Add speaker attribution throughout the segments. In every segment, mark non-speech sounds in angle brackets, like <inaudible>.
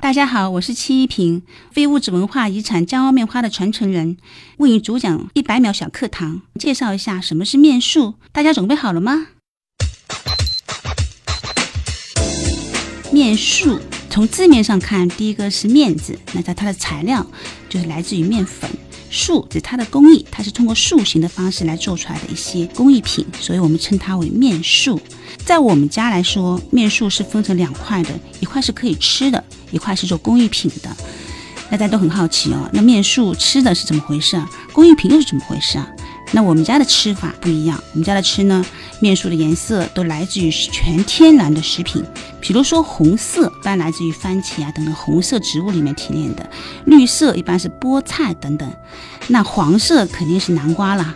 Speaker 1: 大家好，我是戚一平，非物质文化遗产江湾面花的传承人，为你主讲一百秒小课堂，介绍一下什么是面树。大家准备好了吗？面树从字面上看，第一个是面字，那它它的材料就是来自于面粉。树指它的工艺，它是通过塑形的方式来做出来的一些工艺品，所以我们称它为面树。在我们家来说，面树是分成两块的，一块是可以吃的，一块是做工艺品的。大家都很好奇哦，那面树吃的是怎么回事啊？工艺品又是怎么回事啊？那我们家的吃法不一样，我们家的吃呢，面树的颜色都来自于全天然的食品，比如说红色一般来自于番茄啊等等红色植物里面提炼的，绿色一般是菠菜等等，那黄色肯定是南瓜啦。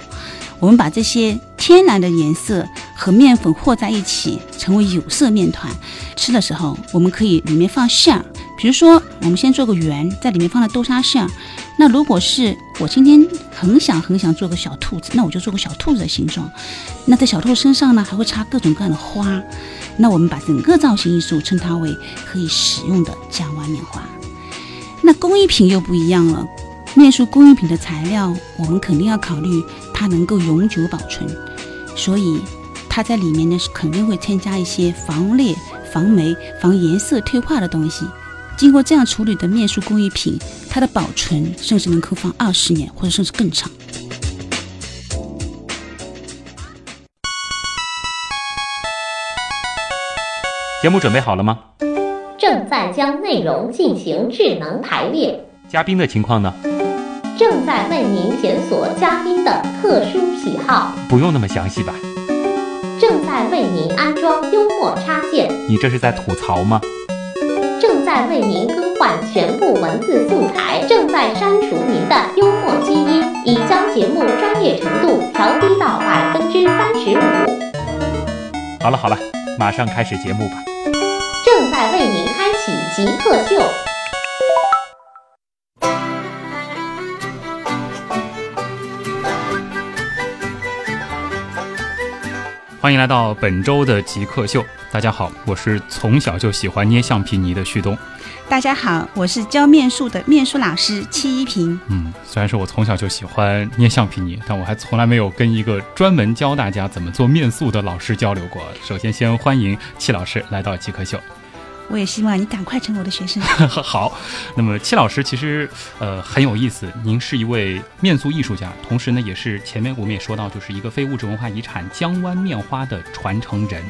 Speaker 1: 我们把这些天然的颜色和面粉和在一起，成为有色面团。吃的时候，我们可以里面放馅儿，比如说我们先做个圆，在里面放了豆沙馅儿。那如果是我今天很想很想做个小兔子，那我就做个小兔子的形状。那在小兔身上呢，还会插各种各样的花。那我们把整个造型艺术称它为可以使用的江湾面花。那工艺品又不一样了。面树工艺品的材料，我们肯定要考虑它能够永久保存，所以它在里面呢是肯定会添加一些防裂、防霉、防颜色退化的东西。经过这样处理的面树工艺品，它的保存甚至能够放二十年，或者甚至更长。
Speaker 2: 节目准备好了吗？
Speaker 3: 正在将内容进行智能排列。
Speaker 2: 嘉宾的情况呢？
Speaker 3: 正在为您检索嘉宾的特殊喜好，
Speaker 2: 不用那么详细吧？
Speaker 3: 正在为您安装幽默插件，
Speaker 2: 你这是在吐槽吗？
Speaker 3: 正在为您更换全部文字素材，正在删除您的幽默基因，已将节目专业程度调低到百分之三十五。
Speaker 2: 好了好了，马上开始节目吧。
Speaker 3: 正在为您开启极客秀。
Speaker 2: 欢迎来到本周的极客秀，大家好，我是从小就喜欢捏橡皮泥的旭东。
Speaker 1: 大家好，我是教面术的面术老师戚一平。
Speaker 2: 嗯，虽然说我从小就喜欢捏橡皮泥，但我还从来没有跟一个专门教大家怎么做面塑的老师交流过。首先，先欢迎戚老师来到极客秀。
Speaker 1: 我也希望你赶快成为我的学生。
Speaker 2: <laughs> 好，那么戚老师其实呃很有意思，您是一位面塑艺术家，同时呢也是前面我们也说到，就是一个非物质文化遗产江湾面花的传承人。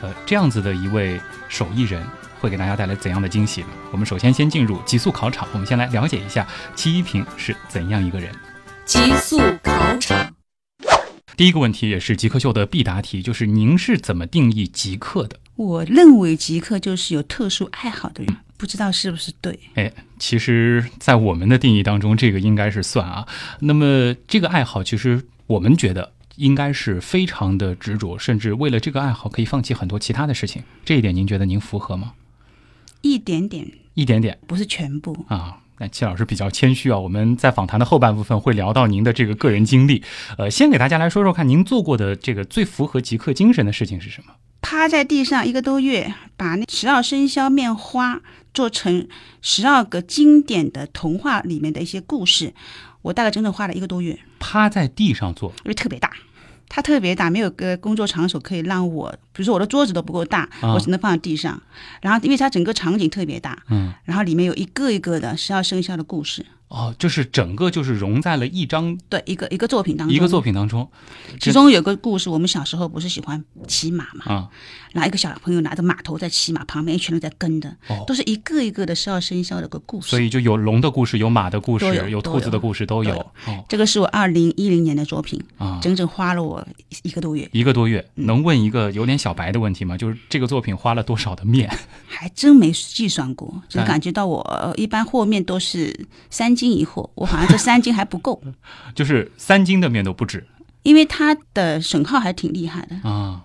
Speaker 2: 呃，这样子的一位手艺人会给大家带来怎样的惊喜呢？我们首先先进入极速考场，我们先来了解一下戚一平是怎样一个人。
Speaker 4: 极速考场，
Speaker 2: 第一个问题也是极客秀的必答题，就是您是怎么定义极客的？
Speaker 1: 我认为极客就是有特殊爱好的人，不知道是不是对。
Speaker 2: 哎，其实，在我们的定义当中，这个应该是算啊。那么，这个爱好，其实我们觉得应该是非常的执着，甚至为了这个爱好可以放弃很多其他的事情。这一点，您觉得您符合吗？
Speaker 1: 一点点，
Speaker 2: 一点点
Speaker 1: 不是全部。
Speaker 2: 啊。那戚老师比较谦虚啊，我们在访谈的后半部分会聊到您的这个个人经历。呃，先给大家来说说看，您做过的这个最符合极客精神的事情是什么？
Speaker 1: 趴在地上一个多月，把那十二生肖面花做成十二个经典的童话里面的一些故事，我大概整整花了一个多月，
Speaker 2: 趴在地上做，
Speaker 1: 因为特别大。它特别大，没有个工作场所可以让我，比如说我的桌子都不够大，
Speaker 2: 啊
Speaker 1: 我只能放在地上。然后，因为它整个场景特别大，
Speaker 2: 嗯，
Speaker 1: 然后里面有一个一个的十二生肖的故事，
Speaker 2: 哦，就是整个就是融在了一张
Speaker 1: 对，一个一个作品当中，
Speaker 2: 一个作品当中
Speaker 1: 其中有个故事，我们小时候不是喜欢骑马嘛，
Speaker 2: 啊。
Speaker 1: 然后一个小朋友拿着马头在骑马，旁边一群人在跟着，
Speaker 2: 哦
Speaker 1: 都是一个一个的十二生肖的个故事。
Speaker 2: 所以就有龙的故事，有马的故
Speaker 1: 都
Speaker 2: 事，有
Speaker 1: 有
Speaker 2: 兔子的故事都有
Speaker 1: 都有
Speaker 2: 哦
Speaker 1: 这个是我二零一零年的作品，
Speaker 2: 啊。
Speaker 1: 整整花了我一个多月，
Speaker 2: 一个多月，能问一个有点小白的问题吗？就是这个作品花了多少的面？ <laughs>
Speaker 1: 还真没计算过，只
Speaker 2: 哎
Speaker 1: 感觉到我呃一般和面都是三斤一和，我好像这三斤还不够， <laughs>
Speaker 2: 就是三斤的面都不止
Speaker 1: 因为它的损耗还挺厉害的。
Speaker 2: 啊。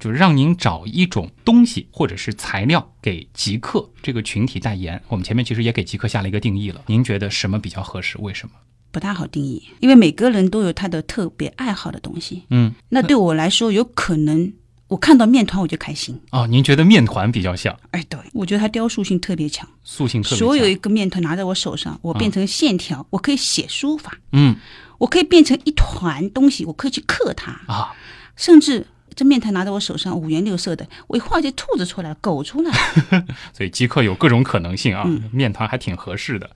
Speaker 2: 就是让您找一种东西或者是材料给极客这个群体代言。我们前面其实也给极客下了一个定义了，您觉得什么比较合适？为什么？
Speaker 1: 不大好定义，因为每个人都有他的特别爱好的东西。
Speaker 2: 嗯，
Speaker 1: 那对我来说，有可能我看到面团我就开心。
Speaker 2: 哦，您觉得面团比较像
Speaker 1: 哎，对，我觉得它雕塑性特别强。
Speaker 2: 塑性特别嗯
Speaker 1: 所有
Speaker 2: 像
Speaker 1: 一个面团拿在我手上，我变成线条，我可以写书法，
Speaker 2: 嗯
Speaker 1: 我可以变成一团东西，我可以去刻它，
Speaker 2: 啊，
Speaker 1: 甚至这面团拿在我手上五颜六色的，我一画就兔子出来，狗出来。
Speaker 2: <laughs> 所以即刻有各种可能性啊，面团还挺合适的。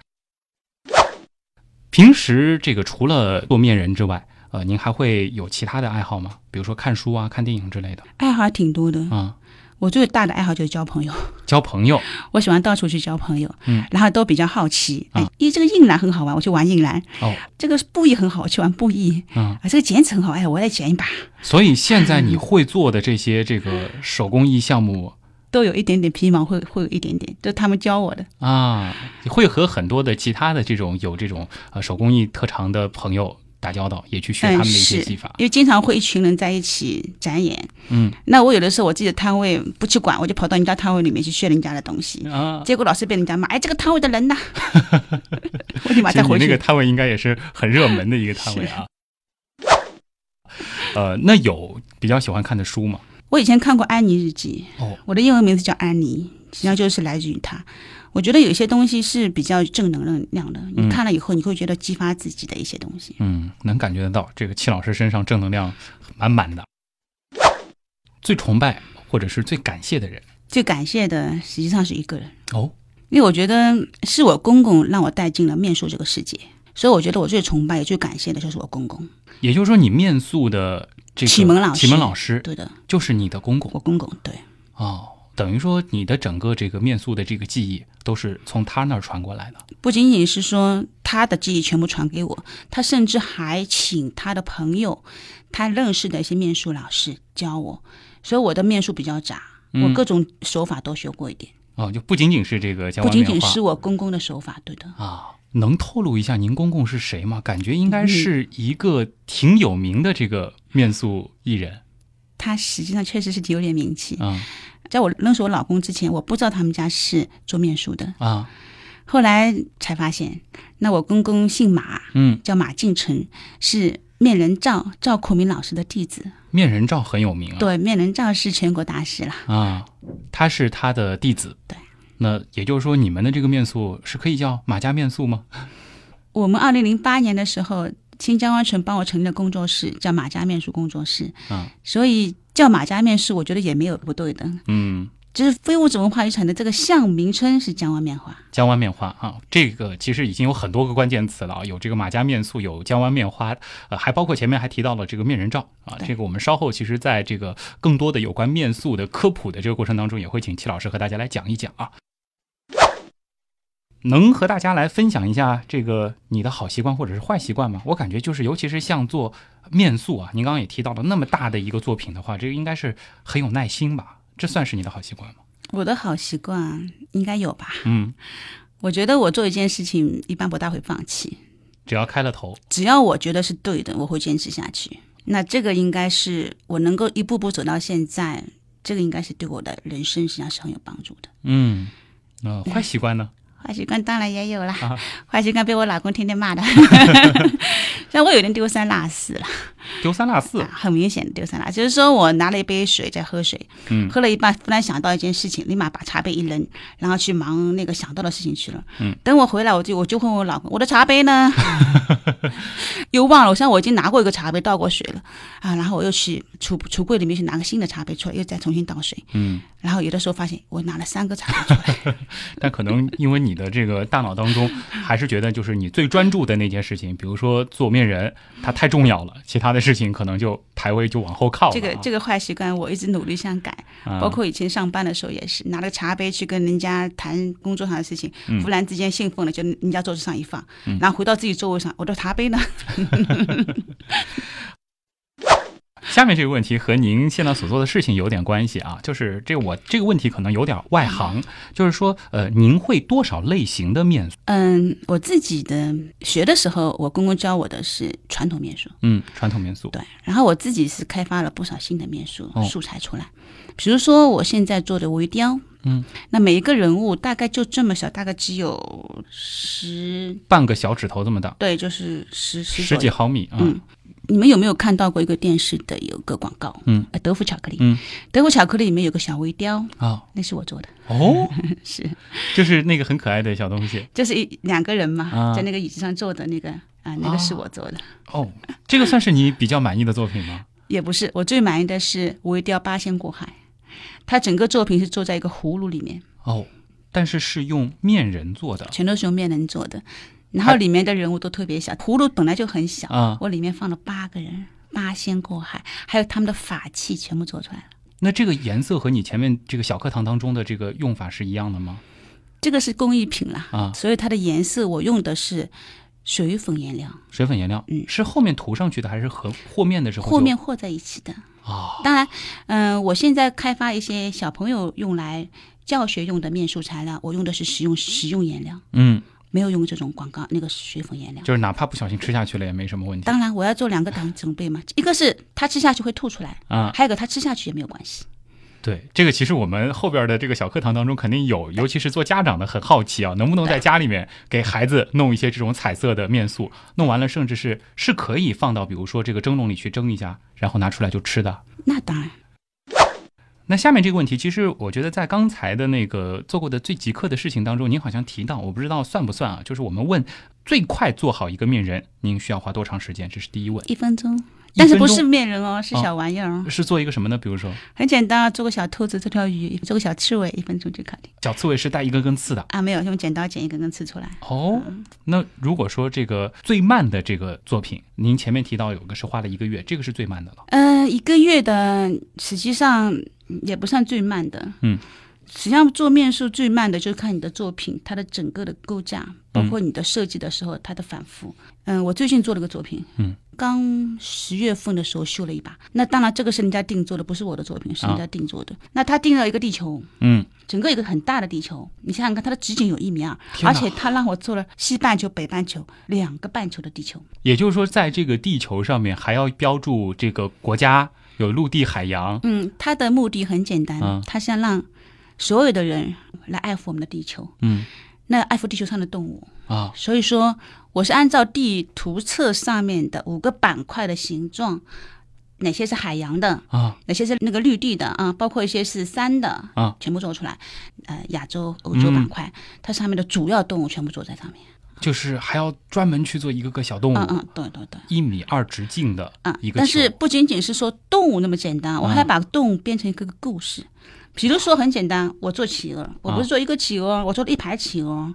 Speaker 2: 平时这个除了做面人之外，呃，您还会有其他的爱好吗？比如说看书啊、看电影之类的
Speaker 1: 爱好还挺多的，
Speaker 2: 啊、
Speaker 1: 我最大的爱好就是交朋友，
Speaker 2: 交朋友
Speaker 1: 我喜欢到处去交朋友，
Speaker 2: 嗯，
Speaker 1: 然后都比较好奇，哎
Speaker 2: 啊，
Speaker 1: 因为这个硬兰很好玩，我去玩硬兰，
Speaker 2: 哦，
Speaker 1: 这个布艺很好，我去玩布艺，
Speaker 2: 嗯，
Speaker 1: 啊，这个剪纸很好，哎，我来剪一把，
Speaker 2: 所以现在你会做的这些这个手工艺项目
Speaker 1: 都有一点点皮毛，会会有一点点，都是他们教我的。
Speaker 2: 啊，你会和很多的其他的这种有这种呃手工艺特长的朋友打交道，也去学他
Speaker 1: 嗯，
Speaker 2: 们的一
Speaker 1: 是，
Speaker 2: 些技法。
Speaker 1: 因为经常会一群人在一起展演。
Speaker 2: 嗯，
Speaker 1: 那我有的时候我自己的摊位不去管，我就跑到人家摊位里面去炫人家的东西，
Speaker 2: 啊，
Speaker 1: 结果老是被人家骂，哎，这个摊位的人呐，我立马
Speaker 2: 其
Speaker 1: 啊再
Speaker 2: 实你
Speaker 1: 回去。
Speaker 2: 那个 <laughs> 摊位应该也是很热门的一个摊位啊。呃，那有比较喜欢看的书吗？
Speaker 1: 我以前看过《安妮日记》，
Speaker 2: 哦
Speaker 1: 我的英文名字叫安妮，实际上就是来自于她。我觉得有些东西是比较正能量的，你看了以后你会觉得激发自己的一些东西。
Speaker 2: 嗯，能感觉得到这个戚老师身上正能量满满的。最崇拜或者是最感谢的人
Speaker 1: 最感谢的实际上是一个人，
Speaker 2: 哦，
Speaker 1: 因为我觉得是我公公让我带进了面授这个世界，所以我觉得我最崇拜也最感谢的就是我公公。
Speaker 2: 也就是说你面塑的这个
Speaker 1: 启蒙老师
Speaker 2: 启蒙老师
Speaker 1: 对的，
Speaker 2: 就是你的公公
Speaker 1: 我公公对。
Speaker 2: 哦，等于说你的整个这个面塑的这个技艺都是从他那儿传过来的。
Speaker 1: 不仅仅是说他的记忆全部传给我，他甚至还请他的朋友，他认识的一些面术老师教我，所以我的面术比较杂，我各种手法都学过一点，
Speaker 2: 哦，就不仅仅是这个江
Speaker 1: 不
Speaker 2: 湾
Speaker 1: 仅
Speaker 2: 面
Speaker 1: 仅
Speaker 2: 画
Speaker 1: 是我公公的手法，对的。
Speaker 2: 啊，能透露一下您公公是谁吗？感觉应该是一个挺有名的这个面塑艺人
Speaker 1: 他实际上确实是有点名气，
Speaker 2: 啊
Speaker 1: 在我认识我老公之前，我不知道他们家是做面术的，
Speaker 2: 啊，
Speaker 1: 后来才发现，那我公公姓马，
Speaker 2: 嗯，
Speaker 1: 叫马敬成，是面人赵赵孔明老师的弟子。
Speaker 2: 面人照很有名啊，
Speaker 1: 对，面人赵是全国大师啦。
Speaker 2: 啊，他是他的弟子，
Speaker 1: 对。
Speaker 2: 那也就是说，你们的这个面塑是可以叫马家面塑吗？
Speaker 1: 我们二零零八年的时候，新疆湾城帮我成立了工作室，叫马家面术工作室。
Speaker 2: 嗯，
Speaker 1: 所以叫马家面术，我觉得也没有不对的。
Speaker 2: 嗯，
Speaker 1: 就是非物质文化遗产的这个项名称是江湾面画，
Speaker 2: 江湾面花啊，这个其实已经有很多个关键词了啊，有这个马家面塑，有江湾面花，呃，还包括前面还提到了这个面人照啊，
Speaker 1: 对
Speaker 2: 这个我们稍后其实在这个更多的有关面塑的科普的这个过程当中，也会请戚老师和大家来讲一讲啊。能和大家来分享一下这个你的好习惯或者是坏习惯吗？我感觉就是，尤其是像做面塑啊，您刚刚也提到了那么大的一个作品的话，这个应该是很有耐心吧？这算是你的好习惯吗？
Speaker 1: 我的好习惯应该有吧？
Speaker 2: 嗯，
Speaker 1: 我觉得我做一件事情一般不大会放弃，
Speaker 2: 只要开了头，
Speaker 1: 只要我觉得是对的，我会坚持下去。那这个应该是我能够一步步走到现在，这个应该是对我的人生实际上是很有帮助的。
Speaker 2: 嗯，呃，坏习惯呢？
Speaker 1: 坏习惯当然也有啦，坏习惯被我老公天天骂的， <laughs> 像我有点丢三落四了，
Speaker 2: 丢三落
Speaker 1: <laughs>
Speaker 2: 四
Speaker 1: 啊，很明显的丢三落四，就是说我拿了一杯水在喝水，
Speaker 2: 嗯
Speaker 1: 喝了一半，突然想到一件事情，立马把茶杯一扔，然后去忙那个想到的事情去了。
Speaker 2: 嗯，
Speaker 1: 等我回来，我就我就问我老公，我的茶杯
Speaker 2: <laughs>
Speaker 1: 呢？又忘了，我像我已经拿过一个茶杯倒过水了啊，然后我又去橱橱柜里面去拿个新的茶杯出来，又再重新倒水。
Speaker 2: 嗯，
Speaker 1: 然后有的时候发现我拿了三个茶杯出
Speaker 2: <laughs>
Speaker 1: 来。
Speaker 2: 但可能因为你的这个大脑当中，还是觉得就是你最专注的那件事情，比如说做面人，它太重要了，其他的事情可能就排位就往后靠了啊。啊
Speaker 1: 这个这
Speaker 2: 个
Speaker 1: 个坏习惯，我一直努力想改，
Speaker 2: 嗯
Speaker 1: 包括以前上班的时候也是，拿了茶杯去跟人家谈工作上的事情，
Speaker 2: 嗯
Speaker 1: 忽然之间兴奋了，就人家桌子上一放，然后回到自己座位上，我的茶杯呢？
Speaker 2: 下面这个问题和您现在所做的事情有点关系啊，就是这我这个问题可能有点外行，就是说呃，您会多少类型的面？
Speaker 1: 嗯，我自己的学的时候，我公公教我的是传统面术，
Speaker 2: 嗯，传统民俗
Speaker 1: 对，然后我自己是开发了不少新的面术
Speaker 2: 哦
Speaker 1: 素材出来，比如说我现在做的微雕，
Speaker 2: 嗯，
Speaker 1: 那每一个人物大概就这么小，大概只有十，
Speaker 2: 半个小指头这么大，
Speaker 1: 对，就是十十
Speaker 2: 十
Speaker 1: 左右
Speaker 2: 几毫米啊。
Speaker 1: 嗯你们有没有看到过一个电视的有个广告？
Speaker 2: 嗯，
Speaker 1: 呃德芙巧克力，
Speaker 2: 嗯，
Speaker 1: 德芙巧克力里面有个小微雕，
Speaker 2: 啊
Speaker 1: 那是我做的，
Speaker 2: 哦，
Speaker 1: 是
Speaker 2: 就是那个很可爱的小东西
Speaker 1: 就是一两个人嘛，
Speaker 2: 啊
Speaker 1: 在那个椅子上坐的那个啊，那
Speaker 2: 哦
Speaker 1: 个是我做的，
Speaker 2: 哦，这个算是你比较满意的作品吗？
Speaker 1: 也不是我最满意的是微雕八仙过海，它整个作品是坐在一个葫芦里面，
Speaker 2: 哦，但是是用面人做的
Speaker 1: 全都是用面人做的，然后里面的人物都特别小，葫芦本来就很小，
Speaker 2: 啊。
Speaker 1: 我里面放了八个人，八仙过海，还有他们的法器全部做出来了。
Speaker 2: 那这个颜色和你前面这个小课堂当中的这个用法是一样的吗？
Speaker 1: 这个是工艺品啦，
Speaker 2: 啊
Speaker 1: 所以它的颜色我用的是水粉颜料，
Speaker 2: 水粉颜料，
Speaker 1: 嗯
Speaker 2: 是后面涂上去的，还是和和面的时候就？
Speaker 1: 和面和在一起的。
Speaker 2: 啊，
Speaker 1: 当然，嗯、我现在开发一些小朋友用来教学用的面塑材料，我用的是食用食用颜料，
Speaker 2: 嗯，
Speaker 1: 没有用这种广告那个水粉颜料。
Speaker 2: 就是哪怕不小心吃下去了也没什么问题
Speaker 1: 当然，我要做两个档准备嘛，一个是它吃下去会吐出来，
Speaker 2: 啊。
Speaker 1: 还有一个它吃下去也没有关系。
Speaker 2: 对，这个其实我们后边的这个小课堂当中肯定有，尤其是做家长的很好奇啊，能不能在家里面给孩子弄一些这种彩色的面塑，弄完了甚至是是可以放到比如说这个蒸笼里去蒸一下，然后拿出来就吃的。
Speaker 1: 那当然，
Speaker 2: 那下面这个问题，其实我觉得在刚才的那个做过的最极客的事情当中，您好像提到，我不知道算不算啊？就是我们问最快做好一个面人，您需要花多长时间？这是第一问，
Speaker 1: 一分钟，但是不
Speaker 2: 一
Speaker 1: 是
Speaker 2: 分
Speaker 1: 面人哦，是
Speaker 2: 哦
Speaker 1: 小玩意儿哦
Speaker 2: 钟。是做一个什么呢？比如说
Speaker 1: 很简单啊，做个小兔子、做条鱼、做个小刺猬，一分钟就搞定
Speaker 2: 小刺猬是带一根根刺的。
Speaker 1: 啊！没有，用剪刀剪一根根刺出来。
Speaker 2: 哦，那如果说这个最慢的这个作品，您前面提到有个是花了一个月，这个是最慢的了。
Speaker 1: 呃，一个月的实际上也不算最慢的，
Speaker 2: 嗯，
Speaker 1: 实际上做面数最慢的就是看你的作品，它的整个的构架，
Speaker 2: 嗯
Speaker 1: 包括你的设计的时候它的反复。嗯、我最近做了个作品，
Speaker 2: 嗯。
Speaker 1: 刚十月份的时候绣了一把，那当然这个是人家定做的，不是我的作
Speaker 2: 啊
Speaker 1: 品，是人家定做的。那他定了一个地球，
Speaker 2: 嗯，
Speaker 1: 整个一个很大的地球，你想想看，它的直径有一米二，
Speaker 2: 天
Speaker 1: 而
Speaker 2: 哪
Speaker 1: 且它让我做了西半球、北半球两个半球的地球，
Speaker 2: 也就是说，在这个地球上面还要标注这个国家，有陆地、海洋。
Speaker 1: 嗯，它的目的很简单，
Speaker 2: 嗯
Speaker 1: 它想让所有的人来爱护我们的地球，
Speaker 2: 嗯
Speaker 1: 那爱护地球上的动物。
Speaker 2: 啊，
Speaker 1: 所以说，我是按照地图册上面的五个板块的形状，哪些是海洋的，
Speaker 2: 啊
Speaker 1: 哪些是那个绿地的啊，包括一些是山的
Speaker 2: 啊，
Speaker 1: 全部做出来。呃，亚洲、欧洲板块，它上面的主要动物全部做在上面。
Speaker 2: 就是还要专门去做一个个小动物，
Speaker 1: 嗯嗯，对对对。
Speaker 2: 一米二直径的
Speaker 1: 啊
Speaker 2: 一，个球。嗯
Speaker 1: 但是不仅仅是说动物那么简单，我还把动物变成一个故事。比如说很简单，我做企
Speaker 2: 啊
Speaker 1: 鹅，我不是做一个企鹅，
Speaker 2: <laughs>
Speaker 1: 我做了一排企鹅，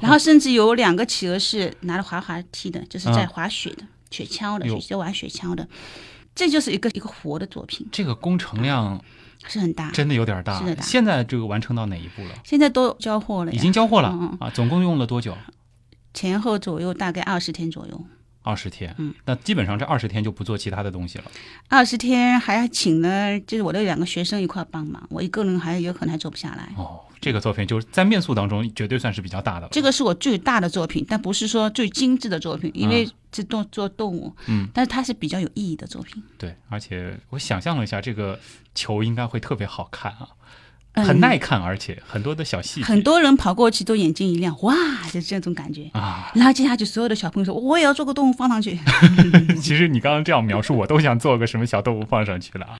Speaker 1: 然后甚至有两个企鹅是拿着滑滑梯的，就是在
Speaker 2: 啊
Speaker 1: 滑雪的、雪橇的，
Speaker 2: 哟
Speaker 1: 雪在玩雪橇的，这就是一个一个活的作品，
Speaker 2: 这个工程量
Speaker 1: 是很大。
Speaker 2: 真的有点大。
Speaker 1: 是的
Speaker 2: 现在这个完成到哪一步了？
Speaker 1: 现在都交货了呀，
Speaker 2: 已经交货了、
Speaker 1: 嗯
Speaker 2: 啊，总共用了多久？
Speaker 1: 前后左右大概二十天左右，
Speaker 2: 二十天。
Speaker 1: 嗯，
Speaker 2: 那基本上这二十天就不做其他的东西了。
Speaker 1: 二十天还请了就是我的两个学生一块儿帮忙，我一个人还有可能还做不下来。
Speaker 2: 哦，这个作品就是在面塑当中绝对算是比较大的了。
Speaker 1: 这个是我最大的作品，但不是说最精致的作品，因为这动做动物，
Speaker 2: 嗯，
Speaker 1: 但是它是比较有意义的作品，
Speaker 2: 对，而且我想象了一下，这个球应该会特别好看啊，
Speaker 1: 嗯
Speaker 2: 很耐看，而且很多的小细节
Speaker 1: 很多人跑过去都眼睛一亮，哇，就这种感觉。
Speaker 2: 啊。
Speaker 1: 然后接下去所有的小朋友说，我也要做个动物放上
Speaker 2: <laughs>
Speaker 1: 去。
Speaker 2: 其实你刚刚这样描述，我都想做个什么小动物放上去了啊。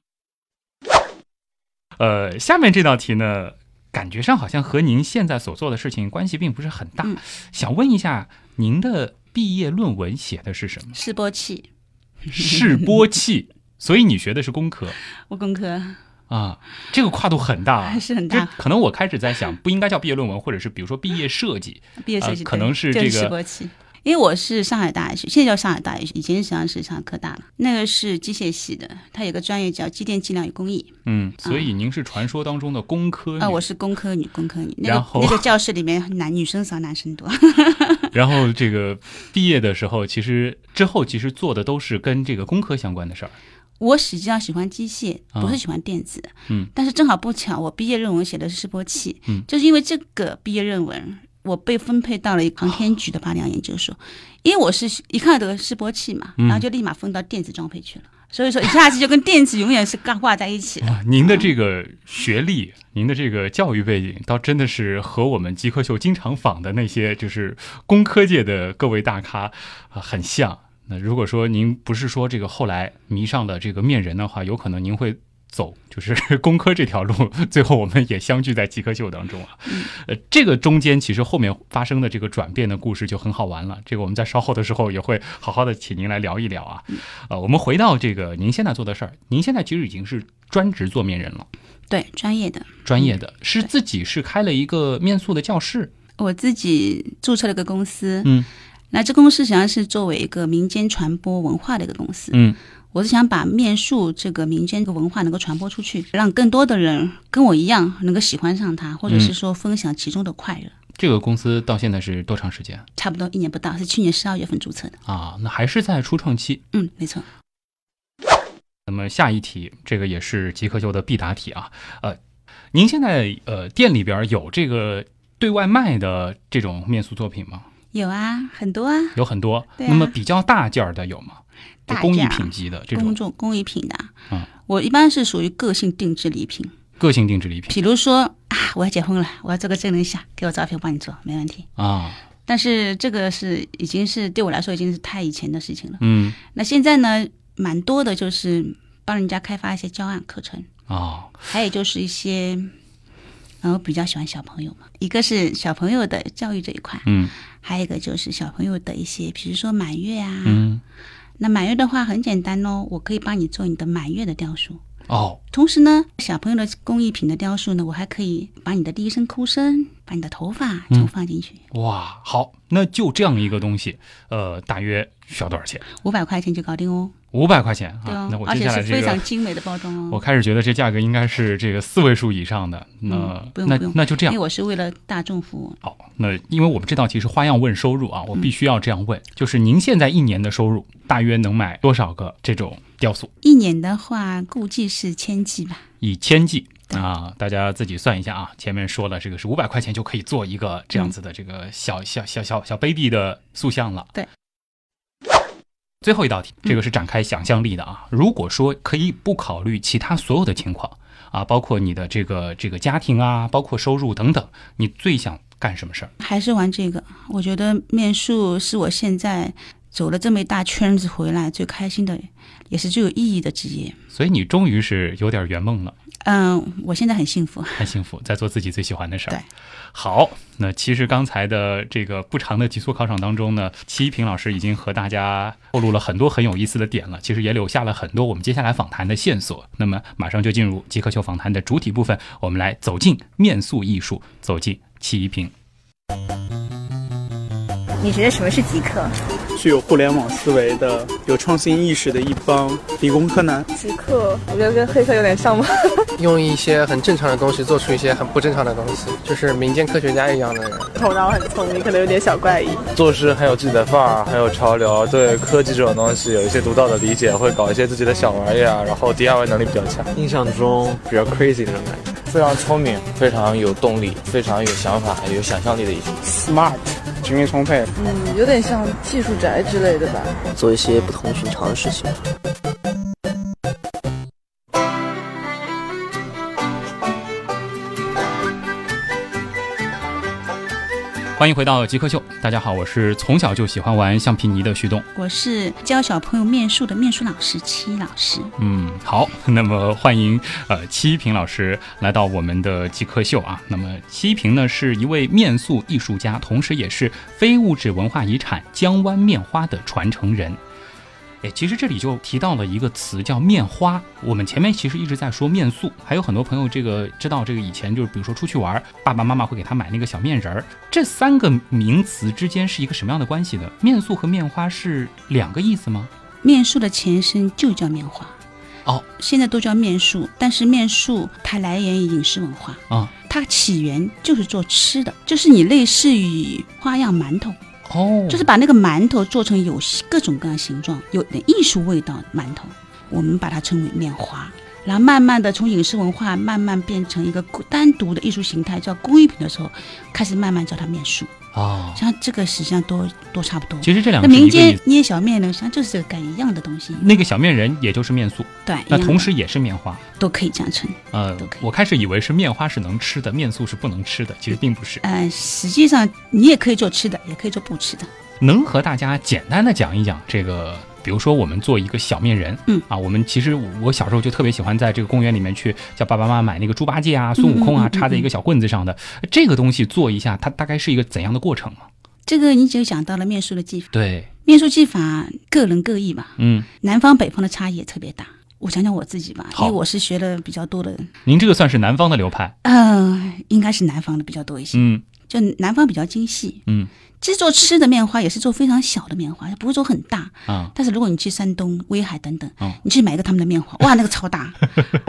Speaker 2: 呃，下面这道题呢，感觉上好像和您现在所做的事情关系并不是很大，
Speaker 1: 嗯？
Speaker 2: 想问一下您的毕业论文写的是什
Speaker 1: <laughs>
Speaker 2: 么
Speaker 1: 示波器，
Speaker 2: 示波器。所以你学的是工科
Speaker 1: 我工科
Speaker 2: 啊，这个跨度很大、啊，
Speaker 1: 还 <laughs> 是很
Speaker 2: 这
Speaker 1: 大，
Speaker 2: 可能我开始在想，不应该叫毕业论文，或者是比如说毕业设计，
Speaker 1: 毕业设计、
Speaker 2: 呃可能是
Speaker 1: 对
Speaker 2: 这个
Speaker 1: 就是示波器。因为我是上海大学，现在叫上海大学，以前实际上是上海科大了。那个是机械系的，它有个专业叫机电计量与工艺。
Speaker 2: 嗯，所以您是传说当中的工科女，
Speaker 1: 啊啊，我是工科女，工科女。那
Speaker 2: 然
Speaker 1: 个
Speaker 2: 后
Speaker 1: 那个教室里面男女生少，男生多。
Speaker 2: 然后这个毕业的时候，其实之后其实做的都是跟这个工科相关的事儿，
Speaker 1: 我实际上喜欢机械，
Speaker 2: 啊
Speaker 1: 不是喜欢电子。
Speaker 2: 嗯，
Speaker 1: 但是正好不巧，我毕业论文写的是示波器。
Speaker 2: 嗯，
Speaker 1: 就是因为这个毕业论文，我被分配到了一个航天局的八两研究所，因为我是一看到这个示波器嘛，
Speaker 2: 嗯
Speaker 1: 然后就立马分到电子装配去了。所以说，一下子就跟电子永远是挂挂在一
Speaker 2: <laughs>
Speaker 1: 起了。
Speaker 2: 哇，您的这个学历，您的这个教育背景，倒真的是和我们极客秀经常访的那些就是工科界的各位大咖啊、很像。那如果说您不是说这个后来迷上了这个面人的话，有可能您会走就是 <laughs> 工科这条路，最后我们也相聚在极客秀当中啊。呃，这个中间其实后面发生的这个转变的故事就很好玩了，这个我们在稍后的时候也会好好的请您来聊一聊啊。呃，我们回到这个您现在做的事儿，您现在其实已经是专职做面人了，
Speaker 1: 对，专业的。
Speaker 2: 专业
Speaker 1: 嗯
Speaker 2: 的是自己是开了一个面塑的教室，
Speaker 1: 我自己注册了个公司，
Speaker 2: 嗯
Speaker 1: 那这公司实际上是作为一个民间传播文化的一个公司。
Speaker 2: 嗯
Speaker 1: 我是想把面术这个民间的文化能够传播出去，让更多的人跟我一样能够喜欢上它，或者
Speaker 2: 嗯
Speaker 1: 是说分享其中的快乐。
Speaker 2: 这个公司到现在是多长时间
Speaker 1: 差不多一年不到，是去年十二月份注册的。
Speaker 2: 啊？那还是在初创期，
Speaker 1: 嗯，没错。
Speaker 2: 那么下一题，这个也是极客秀的必答题啊。呃，您现在呃店里边有这个对外卖的这种面塑作品吗？
Speaker 1: 有啊，很多啊，
Speaker 2: 有很多。
Speaker 1: 对啊
Speaker 2: 那么比较大件儿的有吗？就
Speaker 1: 大
Speaker 2: 工艺
Speaker 1: 件儿
Speaker 2: 品级的这
Speaker 1: 公
Speaker 2: 种
Speaker 1: 众工艺品的啊、
Speaker 2: 嗯
Speaker 1: 我一般是属于个性定制礼品，
Speaker 2: 个性定制礼品
Speaker 1: 比如说啊，我要结婚了，我要做个真人像，给我照片，我帮你做，没问题。
Speaker 2: 啊，
Speaker 1: 但是这个是已经是对我来说已经是太以前的事情了。
Speaker 2: 嗯
Speaker 1: 那现在呢，蛮多的就是帮人家开发一些教案课程，
Speaker 2: 啊，
Speaker 1: 还有就是一些，嗯，我比较喜欢小朋友嘛，一个是小朋友的教育这一块，
Speaker 2: 嗯
Speaker 1: 还有一个就是小朋友的一些，比如说满月啊，
Speaker 2: 嗯，
Speaker 1: 那满月的话很简单哦，我可以帮你做你的满月的雕塑。
Speaker 2: 哦，
Speaker 1: 同时呢，小朋友的工艺品的雕塑呢，我还可以把你的第一声哭声，把你的头发
Speaker 2: 嗯
Speaker 1: 都放进去，
Speaker 2: 哇，好，那就这样一个东西，呃，大约需要多少钱？
Speaker 1: 五百块钱就搞定哦，
Speaker 2: 五百块钱
Speaker 1: 对
Speaker 2: 啊
Speaker 1: 哦，，
Speaker 2: 那我
Speaker 1: 而
Speaker 2: 接
Speaker 1: 且
Speaker 2: 下
Speaker 1: 是
Speaker 2: 来这
Speaker 1: 非常
Speaker 2: 个。
Speaker 1: 精美的包装哦。
Speaker 2: 我开始觉得这价格应该是这个四位数以上的，那、
Speaker 1: 嗯不用
Speaker 2: 那
Speaker 1: 不用
Speaker 2: 那就这
Speaker 1: 因
Speaker 2: 样
Speaker 1: 为。我是为了大众服务，
Speaker 2: 好，那因为我们这道题是花样问收入啊，我
Speaker 1: 嗯
Speaker 2: 必须要这样问，就是您现在一年的收入大约能买多少个这种雕塑？
Speaker 1: 一年的话估计是千计吧。
Speaker 2: 以千计
Speaker 1: 对
Speaker 2: 啊，大家自己算一下啊。前面说了，这个是五百块钱就可以做一个这样子的这个小、小小小小 baby 的塑像了。
Speaker 1: 对。
Speaker 2: 最后一道题，这个是展开想象力的啊。如果说可以不考虑其他所有的情况啊，包括你的这个这个家庭啊，包括收入等等，你最想干什么事儿？
Speaker 1: 还是玩这个。我觉得面术是我现在走了这么一大圈子回来最开心的，也是最有意义的职业。
Speaker 2: 所以你终于是有点圆梦了。
Speaker 1: 嗯，我现在很幸福。
Speaker 2: 很幸福，在做自己最喜欢的事儿。
Speaker 1: 对，
Speaker 2: 好，那其实刚才的这个不长的极速考场当中呢，齐一平老师已经和大家透露了很多很有意思的点了，其实也留下了很多我们接下来访谈的线索。那么马上就进入极客秀访谈的主体部分，我们来走进面塑艺术，走进齐一平。
Speaker 5: 你觉得什么是极客？
Speaker 6: 具有互联网思维的、有创新意识的一帮理工科男。
Speaker 7: 极客，我觉得跟黑客有点像吗？ <laughs>
Speaker 8: 用一些很正常的东西做出一些很不正常的东西，就是民间科学家一样的人。
Speaker 7: 头脑很聪明，可能有点小怪异。
Speaker 9: 做事很有自己的范儿，很有潮流，对科技这种东西有一些独到的理解，会搞一些自己的小玩意儿啊，然后 DIY 能力比较强，
Speaker 8: 印象中比较 crazy 那种感觉。
Speaker 9: 非常聪明，非常有动力，非常有想法，有想象力的一群。
Speaker 6: smart，精力充沛。
Speaker 7: 嗯，有点像技术宅之类的吧。
Speaker 10: 做一些不同寻常的事情。
Speaker 2: 欢迎回到极客秀，大家好，我是从小就喜欢玩橡皮泥的徐东。
Speaker 1: 我是教小朋友面术的面术老师戚老师。
Speaker 2: 嗯，好，那么欢迎呃戚一平老师来到我们的极客秀啊。那么戚一平呢是一位面塑艺术家，同时也是非物质文化遗产江湾面花的传承人。哎，其实这里就提到了一个词叫面花。我们前面其实一直在说面塑，还有很多朋友这个知道这个以前就是比如说出去玩，爸爸妈妈会给他买那个小面人儿。这三个名词之间是一个什么样的关系呢？面塑和面花是两个意思吗？
Speaker 1: 面术的前身就叫面花，
Speaker 2: 哦，
Speaker 1: 现在都叫面术，但是面术它来源于饮食文化，
Speaker 2: 啊、
Speaker 1: 它起源就是做吃的，就是你类似于花样馒头。
Speaker 2: 哦，
Speaker 1: 就是把那个馒头做成有各种各样形状、有点艺术味道的馒头，我们把它称为面花。然后慢慢的从饮食文化慢慢变成一个孤单独的艺术形态，叫工艺品的时候，开始慢慢叫它面术。
Speaker 2: 哦，
Speaker 1: 像这个实际上都都差不多。
Speaker 2: 其实这两
Speaker 1: 那
Speaker 2: 个是
Speaker 1: 民
Speaker 2: 一个意
Speaker 1: 间
Speaker 2: 思。
Speaker 1: 捏小面呢，实际上就是这个概念一样的东西，
Speaker 2: 那个小面人也就是面塑，
Speaker 1: 对，一
Speaker 2: 那
Speaker 1: 样的
Speaker 2: 同时也是面花。
Speaker 1: 都可以这样称。
Speaker 2: 呃
Speaker 1: 都可，以
Speaker 2: 我开始以为是面花是能吃的，面塑是不能吃的，其实并不是。
Speaker 1: 呃，实际上你也可以做吃的，也可以做不吃的。
Speaker 2: 能和大家简单的讲一讲这个。比如说，我们做一个小面人，
Speaker 1: 嗯
Speaker 2: 啊，我们其实我我小时候就特别喜欢在这个公园里面去叫爸爸妈妈买那个猪八戒啊、孙悟空
Speaker 1: 嗯嗯
Speaker 2: 啊
Speaker 1: 嗯，
Speaker 2: 插在一个小棍子上的这个东西做一下，它大概是一个怎样的过程嘛？
Speaker 1: 这个你就讲到了面书的技法，
Speaker 2: 对，
Speaker 1: 面书技法个人各异吧，
Speaker 2: 嗯，
Speaker 1: 南方北方的差异也特别大。我讲讲我自己吧，因
Speaker 2: 好
Speaker 1: 为我是学的比较多的，
Speaker 2: 您这个算是南方的流派，
Speaker 1: 呃，应该是南方的比较多一些，
Speaker 2: 嗯
Speaker 1: 就南方比较精细。
Speaker 2: 嗯
Speaker 1: 其实做吃的面花也是做非常小的面花，它不会做很大。
Speaker 2: 啊，
Speaker 1: 但是如果你去山东、威海等等，
Speaker 2: 嗯
Speaker 1: 你去买一个他们的面
Speaker 2: <laughs>
Speaker 1: 花，哇，那个超大，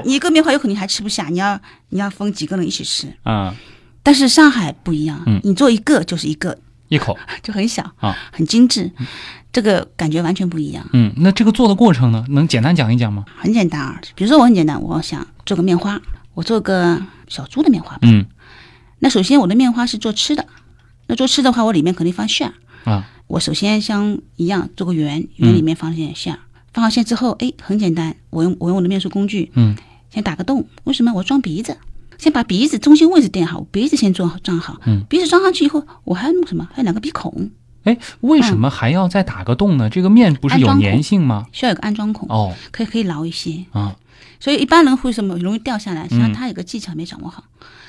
Speaker 1: 你一个面花有可能还吃不下，你要你要分几个人一起吃。
Speaker 2: 啊，
Speaker 1: 但是上海不一样，
Speaker 2: 嗯
Speaker 1: 你做一个就是一个，
Speaker 2: 一口
Speaker 1: 就很小，
Speaker 2: 啊，
Speaker 1: 很精致，这个感觉完全不一样。
Speaker 2: 嗯，那这个做的过程呢，能简单讲一讲吗？
Speaker 1: 很简单啊，比如说我很简单，我想做个面花，我做个小猪的面花吧。
Speaker 2: 嗯
Speaker 1: 那首先我的面花是做吃的，那做吃的话，我里面肯定放馅儿。
Speaker 2: 啊，
Speaker 1: 我首先像一样做个圆，圆里
Speaker 2: 嗯
Speaker 1: 面放点馅儿，放好馅之后，哎，很简单，我用我用我的面塑工具，
Speaker 2: 嗯，
Speaker 1: 先打个洞，为什么？我装鼻子。先把鼻子中心位置定好，鼻子先装好，装好。
Speaker 2: 嗯，
Speaker 1: 鼻子装上去以后，我还要弄什么？还有两个鼻孔，
Speaker 2: 哎，为什么还要再打个洞呢？这个面不是有粘性吗？
Speaker 1: 需要嗯有个安装孔，
Speaker 2: 哦
Speaker 1: 可以可以牢一些。
Speaker 2: 啊，
Speaker 1: 所以一般人会什么容易掉下来，实际上
Speaker 2: 嗯
Speaker 1: 他有个技巧没掌握好。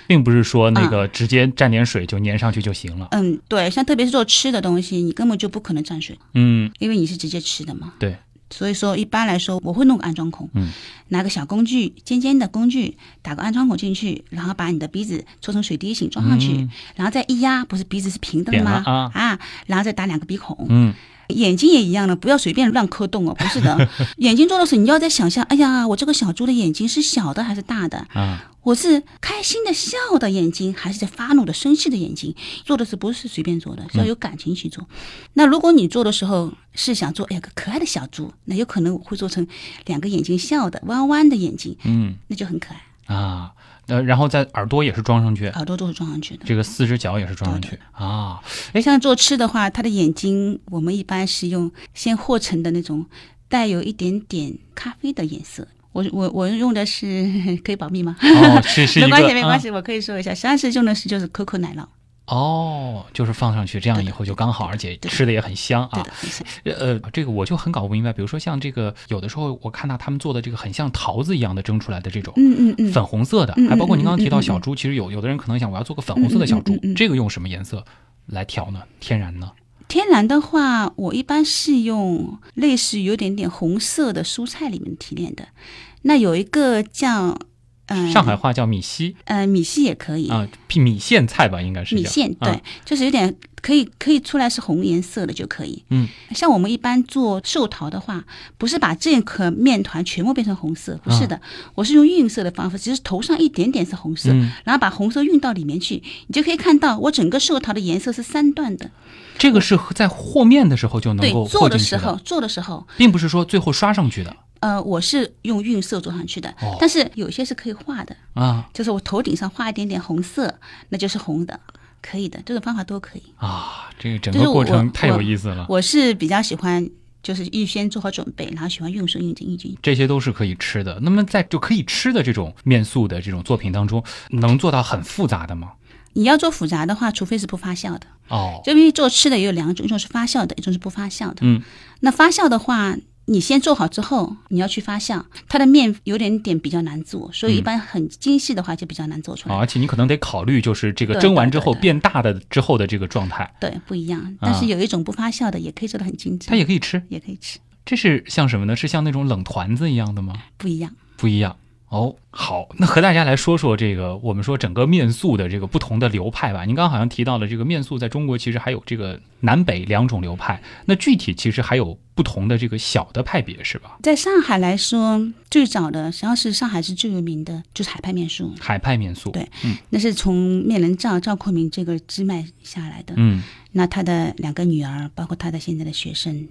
Speaker 2: 并不是说那个直接蘸点水就粘上去就行了。
Speaker 1: 嗯，对，像特别是做吃的东西，你根本就不可能蘸水，
Speaker 2: 嗯
Speaker 1: 因为你是直接吃的嘛。
Speaker 2: 对。
Speaker 1: 所以说，一般来说，我会弄个安装孔，
Speaker 2: 嗯，
Speaker 1: 拿个小工具，尖尖的工具，打个安装孔进去，然后把你的鼻子搓成水滴形装上去，
Speaker 2: 嗯
Speaker 1: 然后再一压，不是鼻子是平的了
Speaker 2: 扁了
Speaker 1: 吗？
Speaker 2: 啊
Speaker 1: 然后再打两个鼻孔，
Speaker 2: 嗯
Speaker 1: 眼睛也一样的，不要随便乱磕洞哦，不是的，眼睛做的时候你要在想象，哎呀，我这个小猪的眼睛是小的还是大的？
Speaker 2: 啊，
Speaker 1: 我是开心的笑的眼睛，还是在发怒的生气的眼睛？做的是不是随便做的，是要有感情去做。那如果你做的时候是想做，哎，个可爱的小猪，那有可能会做成两个眼睛笑的弯弯的眼睛，
Speaker 2: 嗯
Speaker 1: 那就很可爱。
Speaker 2: 啊，呃，然后在耳朵也是装上去，
Speaker 1: 耳朵都是装上去的。
Speaker 2: 这个四只脚也是装上去啊。哎
Speaker 1: 像做吃的话，它的眼睛我们一般是用先和成的那种带有一点点咖啡的颜色。我我我用的是 <laughs> 可以保密吗？
Speaker 2: 哦，是是一
Speaker 1: 没
Speaker 2: 个
Speaker 1: 关系没关
Speaker 2: 啊
Speaker 1: 系，我可以说一下，实际上是用的是就是 COCO 奶酪，
Speaker 2: 哦，就是放上去，这样以后就刚好，而且
Speaker 1: 对的
Speaker 2: 吃的也很香啊
Speaker 1: 对。的，很像
Speaker 2: 呃，这个我就很搞不明白，比如说像这个，有的时候我看到他们做的这个很像桃子一样的蒸出来的这种。
Speaker 1: 嗯嗯嗯，
Speaker 2: 粉红色的，
Speaker 1: 嗯
Speaker 2: 还包括
Speaker 1: 嗯
Speaker 2: 您
Speaker 1: 嗯
Speaker 2: 刚刚提
Speaker 1: 嗯
Speaker 2: 到
Speaker 1: 嗯
Speaker 2: 小猪，其实有有的人可能想我要做个粉红色的小猪
Speaker 1: 嗯嗯嗯嗯，嗯
Speaker 2: 这个用什么颜色来调呢？天然呢？
Speaker 1: 天然的话，我一般是用类似于有点点红色的蔬菜里面提炼的。那有一个叫嗯、呃、
Speaker 2: 上海话叫米稀
Speaker 1: 呃米线也可以，
Speaker 2: 啊，米米线菜吧，应该是
Speaker 1: 米
Speaker 2: 叫
Speaker 1: 线对，
Speaker 2: 啊
Speaker 1: 就是有点可以可以出来是红颜色的就可以。
Speaker 2: 嗯，
Speaker 1: 像我们一般做寿桃的话，不是把这颗面团全部变成红色，不是的，我是用晕色的方法，只是头上一点点是红色，
Speaker 2: 啊嗯
Speaker 1: 然后把红色晕到里面去，你就可以看到我整个寿桃的颜色是三段的。
Speaker 2: 这个是在和面的时候就能
Speaker 1: 对
Speaker 2: 够，
Speaker 1: 做
Speaker 2: 和
Speaker 1: 的
Speaker 2: 进
Speaker 1: 时
Speaker 2: 去
Speaker 1: 候
Speaker 2: 的，
Speaker 1: 做的时候。
Speaker 2: 并不是说最后刷上去的
Speaker 1: 呃，我是用晕色做上去的，
Speaker 2: 哦
Speaker 1: 但是有些是可以画的，
Speaker 2: 啊
Speaker 1: 就是我头顶上画一点点红色，那就是红的，可以的，这种方法都可以。
Speaker 2: 啊，这个整
Speaker 1: 就
Speaker 2: 个
Speaker 1: 是
Speaker 2: 过
Speaker 1: 我
Speaker 2: 程太有
Speaker 1: 我
Speaker 2: 意思了。
Speaker 1: 我是比较喜欢，就是预先做好准备，然后喜欢用手运进运进。
Speaker 2: 这些都是可以吃的。那么在就可以吃的这种面塑的这种作品当中，能做到很复杂的吗？
Speaker 1: 你要做复杂的话，除非是不发酵的，
Speaker 2: 哦，
Speaker 1: 就因为做吃的也有两种，一种是发酵的，一种是不发酵的。
Speaker 2: 嗯，
Speaker 1: 那发酵的话，你先做好之后，你要去发酵，它的面有点点比较难做，所以一
Speaker 2: 嗯
Speaker 1: 般很精细的话就比较难做出来。
Speaker 2: 啊而且你可能得考虑，就是这个
Speaker 1: 对
Speaker 2: 蒸完之
Speaker 1: 对
Speaker 2: 后
Speaker 1: 对
Speaker 2: 变大的之后的这个状态，
Speaker 1: 对，不一样。但是有一种不发酵的，也可以做的很精致，
Speaker 2: 啊它也可以吃。
Speaker 1: 也可以吃，
Speaker 2: 这是像什么呢？是像那种冷团子一样的吗？
Speaker 1: 不一样。
Speaker 2: 不一样。哦，好，那和大家来说说这个，我们说整个面塑的这个不同的流派吧。您刚刚好像提到了这个面塑在中国其实还有这个南北两种流派，那具体其实还有不同的这个小的派别是吧？
Speaker 1: 在上海来说，最早的实际上是上海是最有名的，就是海派面术，
Speaker 2: 海派面塑，
Speaker 1: 对那是从面人赵赵昆明这个支脉下来的。
Speaker 2: 嗯
Speaker 1: 那他的两个女儿，包括他的现在的学生，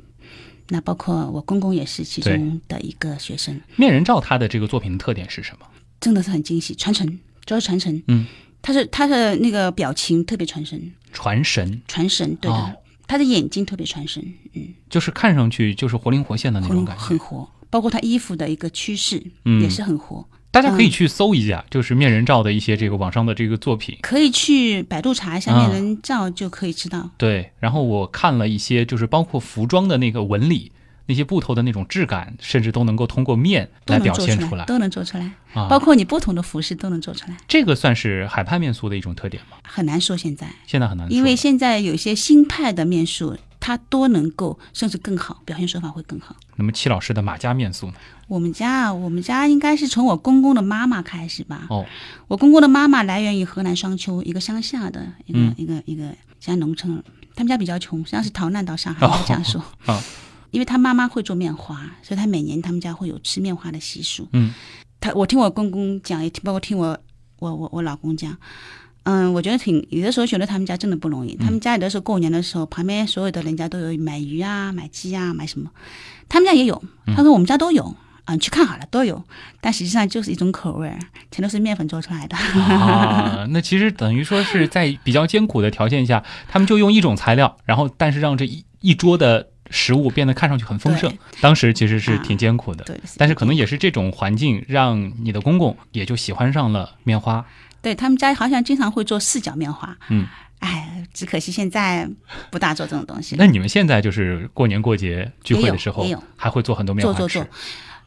Speaker 1: 那包括我公公也是其中的一个学生，
Speaker 2: 面人照他的这个作品的特点是什么？
Speaker 1: 真的是很惊喜，传承主要是传承。
Speaker 2: 嗯，
Speaker 1: 他是他的那个表情特别传神，
Speaker 2: 传神，
Speaker 1: 传神，对的。
Speaker 2: 哦
Speaker 1: 他的眼睛特别传神，嗯，
Speaker 2: 就是看上去就是活灵活现的那
Speaker 1: 很
Speaker 2: 种感
Speaker 1: 很
Speaker 2: 觉。
Speaker 1: 活，包括他衣服的一个趋势
Speaker 2: 嗯
Speaker 1: 也是很活，
Speaker 2: 大家可以去搜一下，就是面人照的一些这个网上的这个作品。
Speaker 1: 可以去百度查一下
Speaker 2: 啊
Speaker 1: 面人照，就可以知道。
Speaker 2: 对，然后我看了一些，就是包括服装的那个纹理，那些布头的那种质感，甚至都能够通过面
Speaker 1: 都
Speaker 2: 来
Speaker 1: 能
Speaker 2: 表
Speaker 1: 做
Speaker 2: 现
Speaker 1: 出
Speaker 2: 来。
Speaker 1: 都能做出来，
Speaker 2: 啊
Speaker 1: 包括你不同的服饰都能做出来，
Speaker 2: 这个算是海派面俗的一种特点吗？
Speaker 1: 很难说现在，
Speaker 2: 现在很难说，
Speaker 1: 因为现在有一些新派的面术，它多能够，甚至更好，表现手法会更好。
Speaker 2: 那么戚老师的马家面俗呢？
Speaker 1: 我们家啊，我们家应该是从我公公的妈妈开始吧。
Speaker 2: 哦，
Speaker 1: 我公公的妈妈来源于河南商丘一个乡下的一个、
Speaker 2: 嗯
Speaker 1: 一个一个家农村，他们家比较穷，实际上是逃难到上海的，
Speaker 2: <laughs> 哦
Speaker 1: 这样说。
Speaker 2: 啊
Speaker 1: 因为他妈妈会做面花，所以他每年他们家会有吃面花的习俗。
Speaker 2: 嗯，
Speaker 1: 他我听我公公讲，也听包括听我我我我老公讲，嗯，我觉得挺有的时候觉得他们家真的不容易。
Speaker 2: 嗯
Speaker 1: 他们家有的时候过年的时候，旁边所有的人家都有买鱼啊、买鸡啊、买什么，他们家也有。
Speaker 2: 嗯
Speaker 1: 他说我们家都有。啊，你去看好了，都有，但实际上就是一种口味儿，全都是面粉做出来的。
Speaker 2: 啊， <laughs> 那其实等于说是在比较艰苦的条件下，他们就用一种材料，然后但是让这一一桌的食物变得看上去很丰盛
Speaker 1: 对。啊
Speaker 2: 当时其实是挺艰苦的，
Speaker 1: 对，
Speaker 2: 但是可能也是这种环境让你的公公也就喜欢上了面花。
Speaker 1: 对他们家好像经常会做四角面花。
Speaker 2: 嗯，
Speaker 1: 哎，只可惜现在不大做这种东西了。
Speaker 2: 那你们现在就是过年过节聚会的时候
Speaker 1: 也有也有，
Speaker 2: 还会做很多面
Speaker 1: 做
Speaker 2: 花
Speaker 1: 做
Speaker 2: 吃
Speaker 1: 做，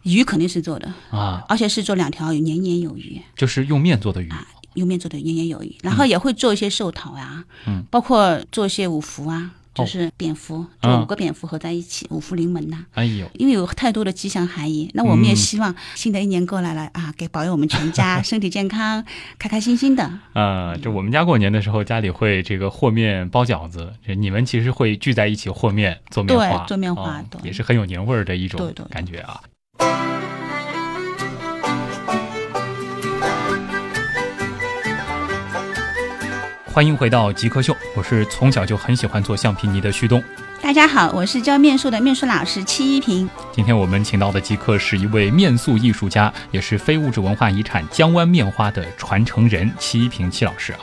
Speaker 1: 鱼肯定是做的，
Speaker 2: 啊，
Speaker 1: 而且是做两条鱼，年年有余，
Speaker 2: 就是用面做的鱼。
Speaker 1: 油面做的年年有余。然后也会做一些寿桃啊，
Speaker 2: 嗯，
Speaker 1: 包括做一些五福啊，
Speaker 2: 哦
Speaker 1: 就是蝙蝠，
Speaker 2: 啊
Speaker 1: 做五个蝙蝠合在一起，五福临门呐、
Speaker 2: 哎呦，
Speaker 1: 因为有太多的吉祥含义，那我们也
Speaker 2: 嗯
Speaker 1: 希望新的一年过来了、啊，给保佑我们全
Speaker 2: <laughs>
Speaker 1: 家身体健康，开开心心的。
Speaker 2: 啊，就我们家过年的时候，家里会这个和面包饺子，这你们其实会聚在一起和面做面
Speaker 1: 对
Speaker 2: 花，
Speaker 1: 做面花
Speaker 2: 哦
Speaker 1: 对
Speaker 2: 也是很有年味儿的一种
Speaker 1: 对对对
Speaker 2: 感觉啊。欢迎回到极客秀，我是从小就很喜欢做橡皮泥的旭东。
Speaker 1: 大家好，我是教面术的面术老师戚一平。
Speaker 2: 今天我们请到的极客是一位面塑艺术家，也是非物质文化遗产江湾面花的传承人戚一平戚老师啊。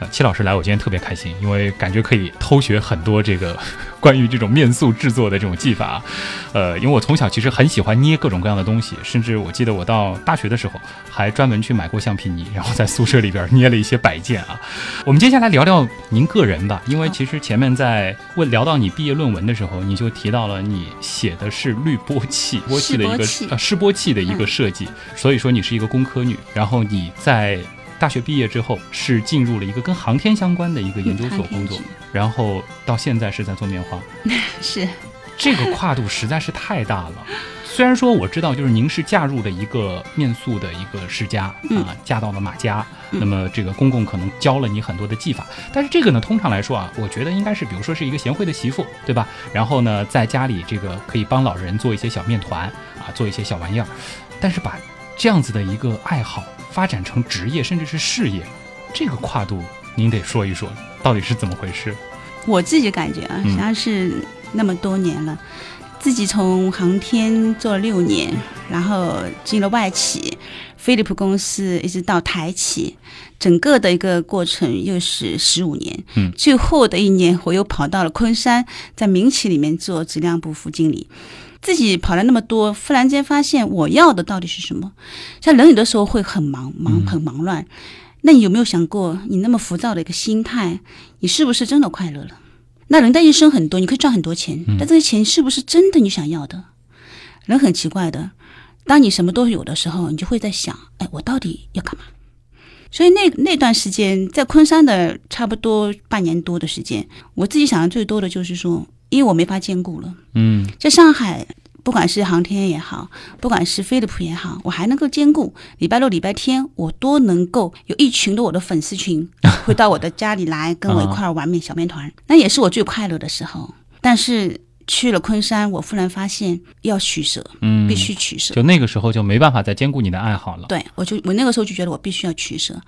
Speaker 2: 呃，戚老师来，我今天特别开心，因为感觉可以偷学很多这个 <laughs> 关于这种面塑制作的这种技法啊。呃，因为我从小其实很喜欢捏各种各样的东西，甚至我记得我到大学的时候还专门去买过橡皮泥，然后在宿舍里边捏了一些摆件啊。我们接下来聊聊您个人吧，因为其实前面在问聊到你毕业论文的时候，你就提到了你写的是滤波器，波器的一个
Speaker 1: 示波器
Speaker 2: 呃示波器的一
Speaker 1: 嗯
Speaker 2: 个设计，所以说你是一个工科女，然后你在。大学毕业之后是进入了一个跟航天相关的一个研究所工
Speaker 1: 嗯航天
Speaker 2: 作
Speaker 1: 局，
Speaker 2: 然后到现在是在做面花，
Speaker 1: 是
Speaker 2: 这个跨度实在是太大了。虽然说我知道，就是您是嫁入了一个面塑的一个世家啊、
Speaker 1: 嗯
Speaker 2: 嫁到了马家，那么这个公公可能教了你很多的技法，但是这个呢，通常来说啊，我觉得应该是，比如说是一个贤惠的媳妇，对吧？然后呢，在家里这个可以帮老人做一些小面团啊，做一些小玩意儿，但是把这样子的一个爱好发展成职业，甚至是事业，这个跨度您得说一说，到底是怎么回事？
Speaker 1: 我自己感觉啊，
Speaker 2: 嗯
Speaker 1: 实际上是那么多年了，自己从航天做了六年，然后进了外企，飞利浦公司一直到台企，整个的一个过程又是十五年。
Speaker 2: 嗯
Speaker 1: 最后的一年我又跑到了昆山，在民企里面做质量部副经理。自己跑了那么多，忽然间发现我要的到底是什么？像人有的时候会很忙，忙
Speaker 2: 嗯
Speaker 1: 很忙乱。那你有没有想过，你那么浮躁的一个心态，你是不是真的快乐了？那人的一生很多，你可以赚很多钱，但这些钱是不是真的你想要的？人很奇怪的，当你什么都有的时候，你就会在想，哎，我到底要干嘛？所以那那段时间在昆山的差不多半年多的时间，我自己想的最多的就是说，因为我没法兼顾了，
Speaker 2: 嗯
Speaker 1: 在上海。不管是航天也好，不管是飞利浦也好，我还能够兼顾礼拜六、礼拜天，我都能够有一群的我的粉丝
Speaker 2: <laughs>
Speaker 1: 群会到我的家里来跟
Speaker 2: 嗯
Speaker 1: 我一块儿玩面小面团，那也是我最快乐的时候。但是去了昆山，我忽然发现要取舍，
Speaker 2: 嗯，
Speaker 1: 必须取舍。
Speaker 2: 就那个时候就没办法再兼顾你的爱好了。
Speaker 1: 对我就我那个时候就觉得我必须要取舍，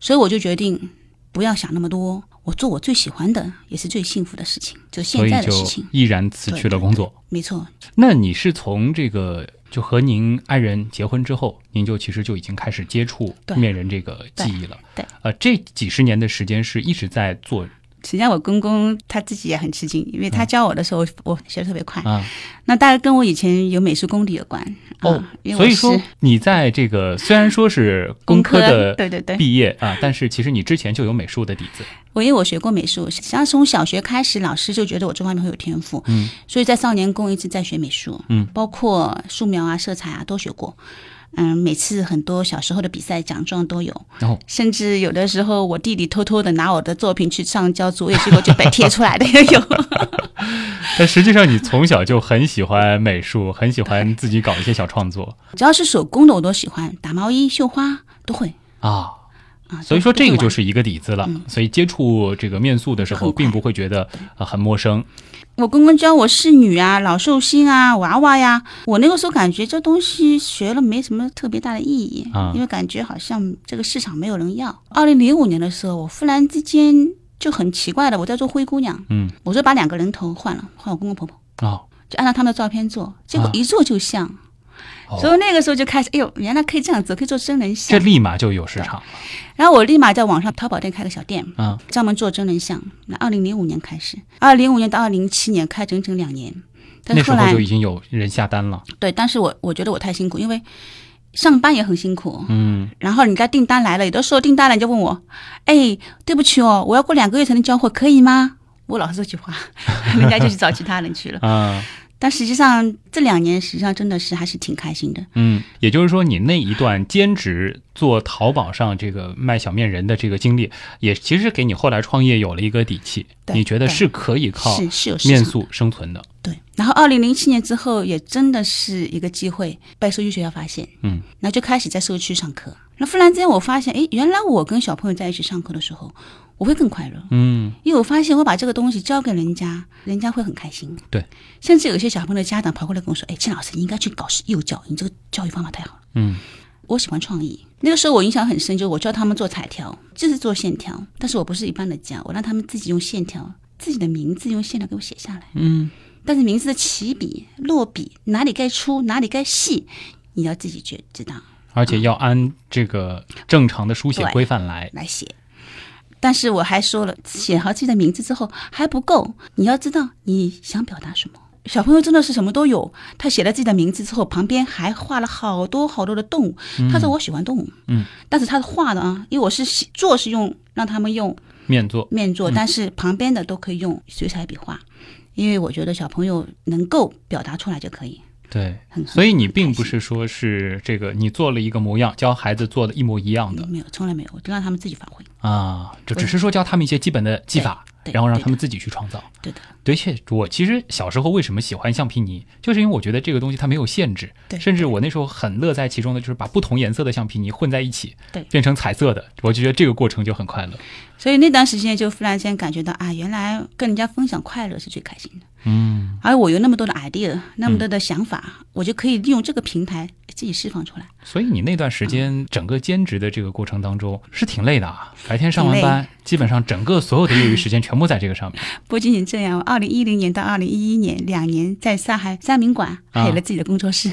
Speaker 1: 所以我就决定不要想那么多，我做我最喜欢的，也是最幸福的事情，就
Speaker 2: 所
Speaker 1: 现
Speaker 2: 以
Speaker 1: 在的
Speaker 2: 就
Speaker 1: 事情。
Speaker 2: 毅然辞去了工作。
Speaker 1: 没错，
Speaker 2: 那你是从这个就和您爱人结婚之后，您就其实就已经开始接触
Speaker 1: 对
Speaker 2: 面人这个技艺了。
Speaker 1: 对对
Speaker 2: 呃，这几十年的时间是一直在做
Speaker 1: 实际上我公公他自己也很吃惊，因为他教我的时候，我学的特别快。
Speaker 2: 嗯啊，
Speaker 1: 那大概跟我以前有美术功底有关。
Speaker 2: 哦
Speaker 1: 啊、因为我
Speaker 2: 所以
Speaker 1: 是
Speaker 2: 说你在这个虽然说是工科
Speaker 1: 工科
Speaker 2: 的
Speaker 1: 对对对
Speaker 2: 毕业啊，但是其实你之前就有美术的底子，
Speaker 1: 我因为我学过美术，实际上从小学开始，老师就觉得我这方面会有天赋，
Speaker 2: 嗯，
Speaker 1: 所以在少年宫一直在学美术，
Speaker 2: 嗯，
Speaker 1: 包括素描啊、色彩啊都学过，嗯，每次很多小时候的比赛奖状都有，
Speaker 2: 然后
Speaker 1: 甚至有的时候我弟弟偷偷的拿我的作品去上交作业，结果就被贴出来的 <laughs> 也有。
Speaker 2: 但实际上你从小就很喜欢美术，很喜欢自己搞一些小创作
Speaker 1: 只要是手工的我都喜欢，打毛衣、绣花都会
Speaker 2: 啊。
Speaker 1: 啊。。
Speaker 2: 所以说这个就是是一个底子了，所以接触这个面塑的时候，
Speaker 1: 嗯很快
Speaker 2: 并不会觉得呃很陌生。
Speaker 1: 我公公教我仕女啊、老寿星啊、娃娃呀，我那个时候感觉这东西学了没什么特别大的意义，
Speaker 2: 啊
Speaker 1: 因为感觉好像这个市场没有人要。二零零五年的时候，我忽然之间就很奇怪的，我在做灰姑娘，
Speaker 2: 嗯，
Speaker 1: 我说把两个人头换了，换我公公婆婆，
Speaker 2: 哦，
Speaker 1: 就按照他们的照片做，结果
Speaker 2: 啊
Speaker 1: 一做就像，
Speaker 2: 哦
Speaker 1: 所以那个时候就开始，哎呦，原来可以这样子，可以做真人
Speaker 2: 这
Speaker 1: 像。
Speaker 2: 立马就有市场了
Speaker 1: 然后我立马在网上淘宝店开个小店，
Speaker 2: 啊！
Speaker 1: 专门做真人像。那二零零五年开始，二零零五年到二零零七年开整整两年，但
Speaker 2: 那
Speaker 1: 是
Speaker 2: 时
Speaker 1: 后
Speaker 2: 候
Speaker 1: 来
Speaker 2: 就已经有人下单了，
Speaker 1: 对，但是我我觉得我太辛苦，因为上班也很辛苦。
Speaker 2: 嗯，
Speaker 1: 然后人家订单来了，有的时候订单来你就问我，哎，对不起哦，我要过两个月才能交货，可以吗？我老是这句话， <laughs> 人家就去找其他人去了。
Speaker 2: 啊，
Speaker 1: 但实际上这两年，实际上真的是还是挺开心的。
Speaker 2: 嗯，也就是说，你那一段兼职做淘宝上这个卖小面人的这个经历，也其实给你后来创业有了一个底气。
Speaker 1: 对
Speaker 2: 你觉得是可以靠
Speaker 1: 是是有市场
Speaker 2: 面塑生存的？
Speaker 1: 对，然后二零零七年之后，也真的是一个机会被社区学校发现，
Speaker 2: 嗯，
Speaker 1: 然后就开始在社区上课。那忽然之间，我发现，哎，原来我跟小朋友在一起上课的时候，我会更快乐，
Speaker 2: 嗯，
Speaker 1: 因为我发现我把这个东西交给人家，人家会很开心。
Speaker 2: 对，
Speaker 1: 甚至有些小朋友的家长跑过来跟我说：“哎，金老师，你应该去搞幼教，你这个教育方法太好了。”
Speaker 2: 嗯，
Speaker 1: 我喜欢创意。那个时候我印象很深，就是我教他们做彩条，就是做线条，但是我不是一般的教，我让他们自己用线条，自己的名字用线条给我写下来。嗯，但是名字的起笔、落笔，哪里该粗，哪里该细，你要自己觉知道
Speaker 2: 而且要按这个正常的书写
Speaker 1: 嗯对
Speaker 2: 规范来。
Speaker 1: 来写。但是我还说了，写好自己的名字之后还不够，你要知道你想表达什么。小朋友真的是什么都有，他写了自己的名字之后，旁边还画了好多好多的动物。他说我喜欢动物，
Speaker 2: 嗯，
Speaker 1: 但是他是画的啊，因为我是写做是用让他们用
Speaker 2: 面做，
Speaker 1: 面做，但是旁边的都可以用水彩笔画，因为我觉得小朋友能够表达出来就可以。
Speaker 2: 对，
Speaker 1: 很
Speaker 2: 所以你
Speaker 1: 很
Speaker 2: 并
Speaker 1: 开
Speaker 2: 不
Speaker 1: 心
Speaker 2: 是说是这个你做了一个模样，教孩子做的一模一样的
Speaker 1: 没有，从来没有，我就让他们自己发挥。
Speaker 2: 啊，就只是说教他们一些基本的技法，
Speaker 1: 对对
Speaker 2: 然后让他
Speaker 1: 对
Speaker 2: 们
Speaker 1: 的
Speaker 2: 自己去创造。
Speaker 1: 对的，
Speaker 2: 的确，我其实小时候为什么喜欢橡皮泥，就是因为我觉得这个东西它没有限制，
Speaker 1: 对
Speaker 2: 甚至我那时候很乐在其中的，就是把不同颜色的橡皮泥混在一起，
Speaker 1: 对
Speaker 2: 变成彩色的，我就觉得这个过程就很快乐。
Speaker 1: 所以那段时间就忽然间感觉到啊，原来跟人家分享快乐是最开心的。
Speaker 2: 嗯，
Speaker 1: 而我有那么多的 idea，那么多的想法，我就可以利用这个平台自己释放出来。
Speaker 2: 所以你那段时
Speaker 1: 嗯
Speaker 2: 间整个兼职的这个过程当中是挺累的啊，白天上
Speaker 1: 挺
Speaker 2: 完
Speaker 1: 累
Speaker 2: 班，基本上整个所有的业余时间全部在这个上面。
Speaker 1: 不仅仅这样，我二零一零年到二零一一年两年在上海三明馆
Speaker 2: 啊
Speaker 1: 还有了自己的工作室。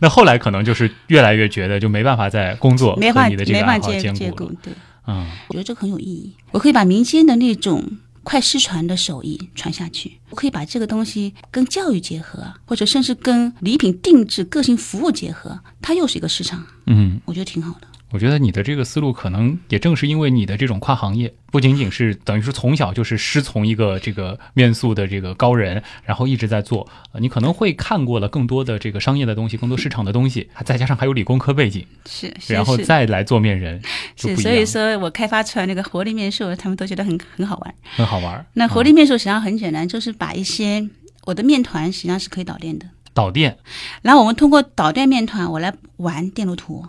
Speaker 2: 那后来可能就是越来越觉得就没办法在工作
Speaker 1: 没
Speaker 2: 和
Speaker 1: 办
Speaker 2: 你的这个
Speaker 1: 没
Speaker 2: 爱
Speaker 1: 办
Speaker 2: 好
Speaker 1: 法
Speaker 2: 兼
Speaker 1: 兼
Speaker 2: 顾
Speaker 1: 顾
Speaker 2: 了。，
Speaker 1: 对，
Speaker 2: 嗯，
Speaker 1: 我觉得这个很有意义。我可以把民间的那种快失传的手艺传下去，我可以把这个东西跟教育结合，或者甚至跟礼品定制、个性服务结合，它又是一个市场，
Speaker 2: 嗯，
Speaker 1: 我觉得挺好的。
Speaker 2: 我觉得你的这个思路可能也正是因为你的这种跨行业，不仅仅是等于说从小就是师从一个这个面塑的这个高人，然后一直在做，呃你可能会看过了更多的这个商业的东西，更多市场的东西，还再加上还有理工科背景，
Speaker 1: 是，是
Speaker 2: 然后
Speaker 1: 是，
Speaker 2: 再来做面人，就是不一
Speaker 1: 所
Speaker 2: 样，
Speaker 1: 以说我开发出来那个活力面术，他们都觉得很很好玩。
Speaker 2: 很好玩儿。
Speaker 1: 那活力面术实际上很简单，就是把一些我的面团实际上是可以导电的，
Speaker 2: 嗯导电
Speaker 1: 然后我们通过导电面团，我来玩电路图，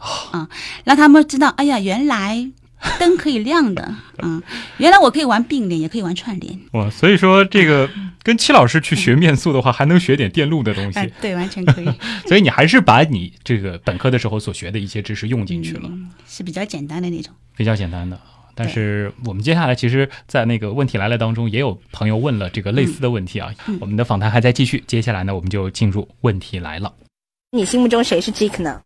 Speaker 2: 哦
Speaker 1: 啊，让他们知道，哎呀，原来灯可以亮
Speaker 2: <laughs>
Speaker 1: 的，啊，原来我可以玩并联，也可以玩串联，
Speaker 2: 哇，所以说这
Speaker 1: <laughs>
Speaker 2: 个跟戚老师去学面塑的话，还能学点电路的东西
Speaker 1: 哎，，对，完全可以，
Speaker 2: 所以你还是把你这个本科的时候所学的一些知识用 <laughs> 进去了，
Speaker 1: 嗯是比较简单的那种。
Speaker 2: 比较简单的。但是我们接下来，其实，在那个问题来了当中，也有朋友问了这个类似的问题啊。我们的访谈还在继续，接下来呢，我们就进入问题来了。
Speaker 5: 你心目中谁是 Jake 呢？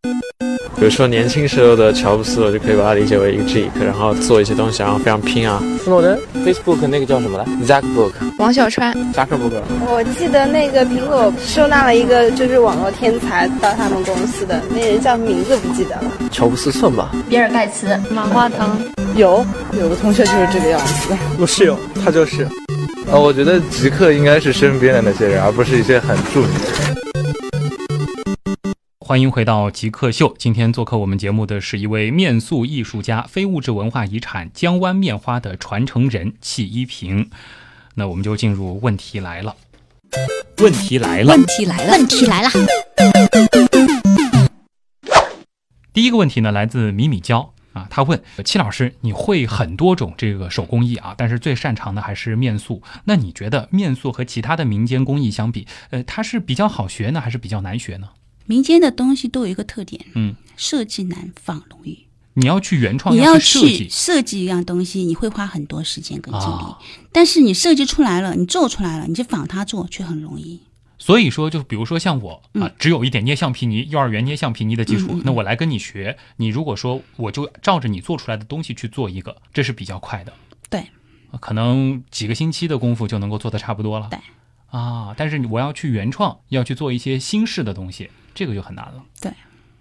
Speaker 9: 比如说年轻时候的乔布斯，我就可以把它理解为一个 geek，然后做一些东西，然后非常拼啊。
Speaker 8: 那我的 Facebook 那个叫什么来？Zackbook，
Speaker 11: 王小川，
Speaker 8: 扎克伯格。
Speaker 7: 我记得那个苹果收纳了一个就是网络天才到他们公司的那人叫名字不记得了，
Speaker 10: 乔布斯算吧。
Speaker 11: 比尔盖茨，马化腾，
Speaker 7: 有有的同学就是这个样子。
Speaker 6: 我室友他就是。
Speaker 9: 呃，我觉得极客应该是身边的那些人，而不是一些很著名的人。
Speaker 2: 欢迎回到极客秀。今天做客我们节目的是一位面塑艺术家、非物质文化遗产江湾面花的传承人戚一平。那我们就进入问题来了。问题来了。
Speaker 4: 问题来了，问嗯题来了，
Speaker 2: 第一个问题呢，来自米米娇啊，她问戚老师，你会很多种这个手工艺啊，但是最擅长的还是面塑。那你觉得面塑和其他的民间工艺相比，呃，它是比较好学呢，还是比较难学呢？
Speaker 1: 民间的东西都有一个特点，
Speaker 2: 嗯，
Speaker 1: 设计难，仿容易。
Speaker 2: 你要去原创，
Speaker 1: 你
Speaker 2: 要去设
Speaker 1: 去
Speaker 2: 计，
Speaker 1: 设计一样东西，你会花很多时间跟精力，
Speaker 2: 啊
Speaker 1: 但是你设计出来了，你做出来了，你去仿它做却很容易。
Speaker 2: 所以说，就比如说像我啊
Speaker 1: 嗯，
Speaker 2: 只有一点捏橡皮泥，幼儿园捏橡皮泥的基
Speaker 1: 嗯嗯
Speaker 2: 础
Speaker 1: 嗯，
Speaker 2: 那我来跟你学，你如果说我就照着你做出来的东西去做一个，这是比较快的。
Speaker 1: 对
Speaker 2: 啊，可能几个星期的功夫就能够做的差不多了。
Speaker 1: 对，
Speaker 2: 啊，但是你我要去原创，要去做一些新式的东西，这个就很难了。
Speaker 1: 对，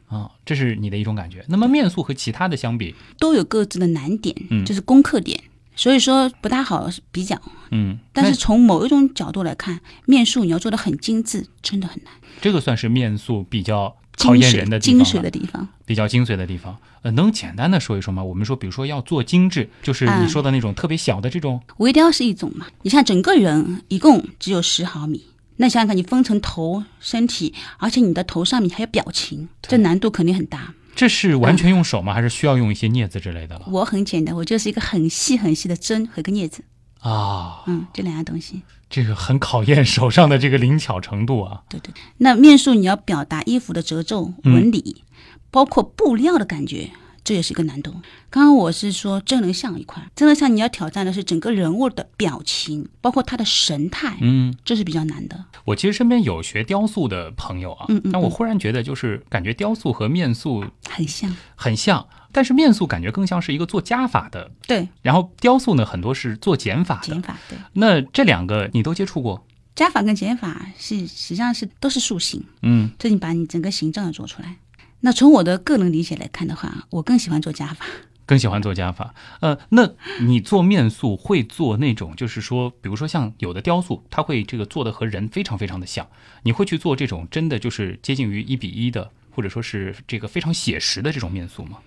Speaker 2: 啊，这是你的一种感觉。那么面塑和其他的相比，
Speaker 1: 都有各自的难点，
Speaker 2: 嗯
Speaker 1: 就是攻克点，所以说不大好比较。
Speaker 2: 嗯，
Speaker 1: 但是
Speaker 2: 那
Speaker 1: 从某一种角度来看，面塑你要做的很精致，真的很难，
Speaker 2: 这个算是面塑比较考
Speaker 1: 精
Speaker 2: 验人
Speaker 1: 髓
Speaker 2: 的地方
Speaker 1: 精髓
Speaker 2: 了
Speaker 1: 的。地方。
Speaker 2: 比较精髓的地方，呃，能简单的说一说吗？我们说，比如说要做精致，就是你
Speaker 1: 嗯
Speaker 2: 说的那种特别小的这种，
Speaker 1: 微雕是一种嘛，你像整个人一共只有十毫米，那想想看，你分成头、身体，而且你的头上面还有表情，这难度肯定很大。
Speaker 2: 这是完全用手吗？还是需要用一些镊子之类的了？
Speaker 1: 我很简单，我就是一个很细很细的针和一个镊子，
Speaker 2: 啊，
Speaker 1: 嗯，这两样东西。
Speaker 2: 这个很考验手上的这个灵巧程度啊。
Speaker 1: 对对，那面塑你要表达衣服的褶皱、
Speaker 2: 嗯
Speaker 1: 纹理，包括布料的感觉，这也是一个难度。刚刚我是说真人像一块，真人像你要挑战的是整个人物的表情，包括他的神态，
Speaker 2: 嗯，
Speaker 1: 这是比较难的。
Speaker 2: 我其实身边有学雕塑的朋友啊，
Speaker 1: 嗯嗯嗯
Speaker 2: 但我忽然觉得，就是感觉雕塑和面塑
Speaker 1: 很像，
Speaker 2: 很像，但是面塑感觉更像是一个做加法的，
Speaker 1: 对，
Speaker 2: 然后雕塑呢很多是做减法
Speaker 1: 减
Speaker 2: 的。
Speaker 1: 法对。
Speaker 2: 那这两个你都接触过？
Speaker 1: 加法跟减法是实际上是都是塑形，
Speaker 2: 嗯，
Speaker 1: 这你把你整个形状要做出来。那从我的个人理解来看的话，我更喜欢做加法。
Speaker 2: 更喜欢做加法。呃，那你做面塑会做那种，就是说，比如说像有的雕塑，它会这个做的和人非常非常的像，你会去做这种真的就是接近于一比一的，或者说是这个非常写实的这种面塑吗？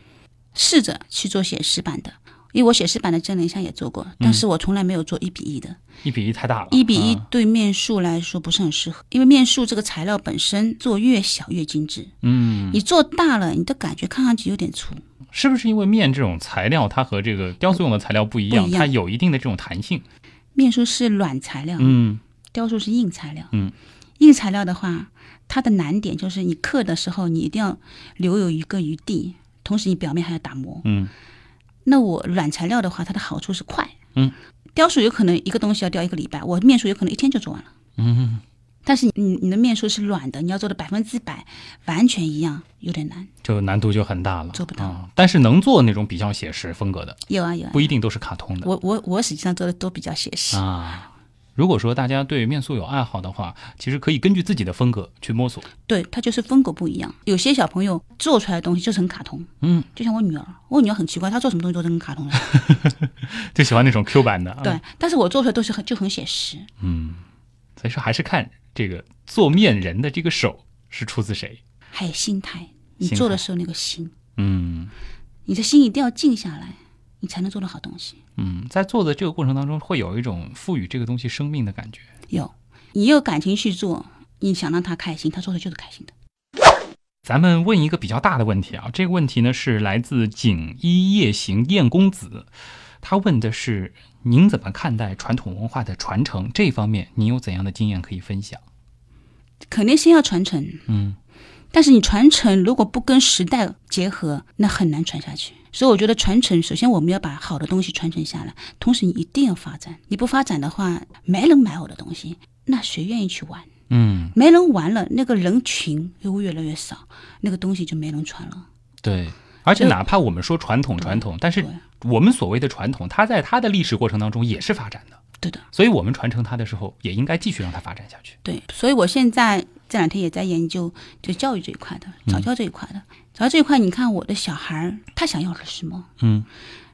Speaker 1: 试着去做写实版的，因为我写实版的真人像也做过，
Speaker 2: 嗯
Speaker 1: 但是我从来没有做一比一的。
Speaker 2: 一比一太大了，
Speaker 1: 一比一
Speaker 2: 啊
Speaker 1: 对面塑来说不是很适合，因为面塑这个材料本身做越小越精致，
Speaker 2: 嗯，
Speaker 1: 你做大了，你的感觉看上去有点粗。
Speaker 2: 是不是因为面这种材料，它和这个雕塑用的材料不一样，
Speaker 1: 不一样
Speaker 2: 它有一定的这种弹性？
Speaker 1: 面塑是软材料，
Speaker 2: 嗯
Speaker 1: 雕塑是硬材料。
Speaker 2: 嗯，
Speaker 1: 硬材料的话，它的难点就是你刻的时候，你一定要留有一个余地，同时你表面还要打磨。
Speaker 2: 嗯
Speaker 1: 那我软材料的话，它的好处是快。
Speaker 2: 嗯，
Speaker 1: 雕塑有可能一个东西要雕一个礼拜，我面塑有可能一天就做完了。
Speaker 2: 嗯，
Speaker 1: 但是你你的面塑是软的，你要做的百分之百完全一样，有点难。
Speaker 2: 就难度就很大了，
Speaker 1: 做不到
Speaker 2: 啊但是能做那种比较写实风格的，
Speaker 1: 有啊有啊
Speaker 2: 不，一定都是卡通的。
Speaker 1: 我我我实际上做的都比较写实。
Speaker 2: 啊。如果说大家对面塑有爱好的话，其实可以根据自己的风格去摸 <laughs> 索。
Speaker 1: 对，它就是风格不一样。有些小朋友做出来的东西就是很卡通，
Speaker 2: 嗯，
Speaker 1: 就像我女儿，我女儿很奇怪，她做什么东西都是很卡通的。
Speaker 2: <laughs> 就喜欢那种 Q 版的。啊
Speaker 1: 对，，但是我做出来都是很就很写实。
Speaker 2: 嗯，所以说还是看这个做面人的这个手是出自谁。
Speaker 1: 还有心态，你
Speaker 2: 心
Speaker 1: 做的
Speaker 2: 态
Speaker 1: 时候那个心，
Speaker 2: 嗯
Speaker 1: 你的心一定要静下来，你才能做到好东西。
Speaker 2: 嗯，在做的这个过程当中，会有一种赋予这个东西生命的感觉。
Speaker 1: 有，你有感情去做，你想让他开心，他做的就是开心的。
Speaker 2: 咱们问一个比较大的问题啊，这个问题呢是来自锦衣夜行燕公子，他问的是您怎么看待传统文化的传承这方面，您有怎样的经验可以分享？
Speaker 1: 肯定先要传承，
Speaker 2: 嗯
Speaker 1: 但是你传承如果不跟时代结合，那很难传下去。所以我觉得传承，首先我们要把好的东西传承下来，同时你一定要发展。你不发展的话，没人买我的东西，那谁愿意去玩？
Speaker 2: 嗯。
Speaker 1: 没人玩了，那个人群又越来越少，那个东西就没人传了。
Speaker 2: 对，而且哪怕我们说传统传统，但是我们所谓的传统，它在它的历史过程当中也是发展的。
Speaker 1: 对的，
Speaker 2: 所以我们传承它的时候，也应该继续让它发展下去。
Speaker 1: 对，所以我现在这两天也在研究就教育这一块的，早教这一块的，早教这一块，你看我的小孩儿他想要的是什么？
Speaker 2: 嗯，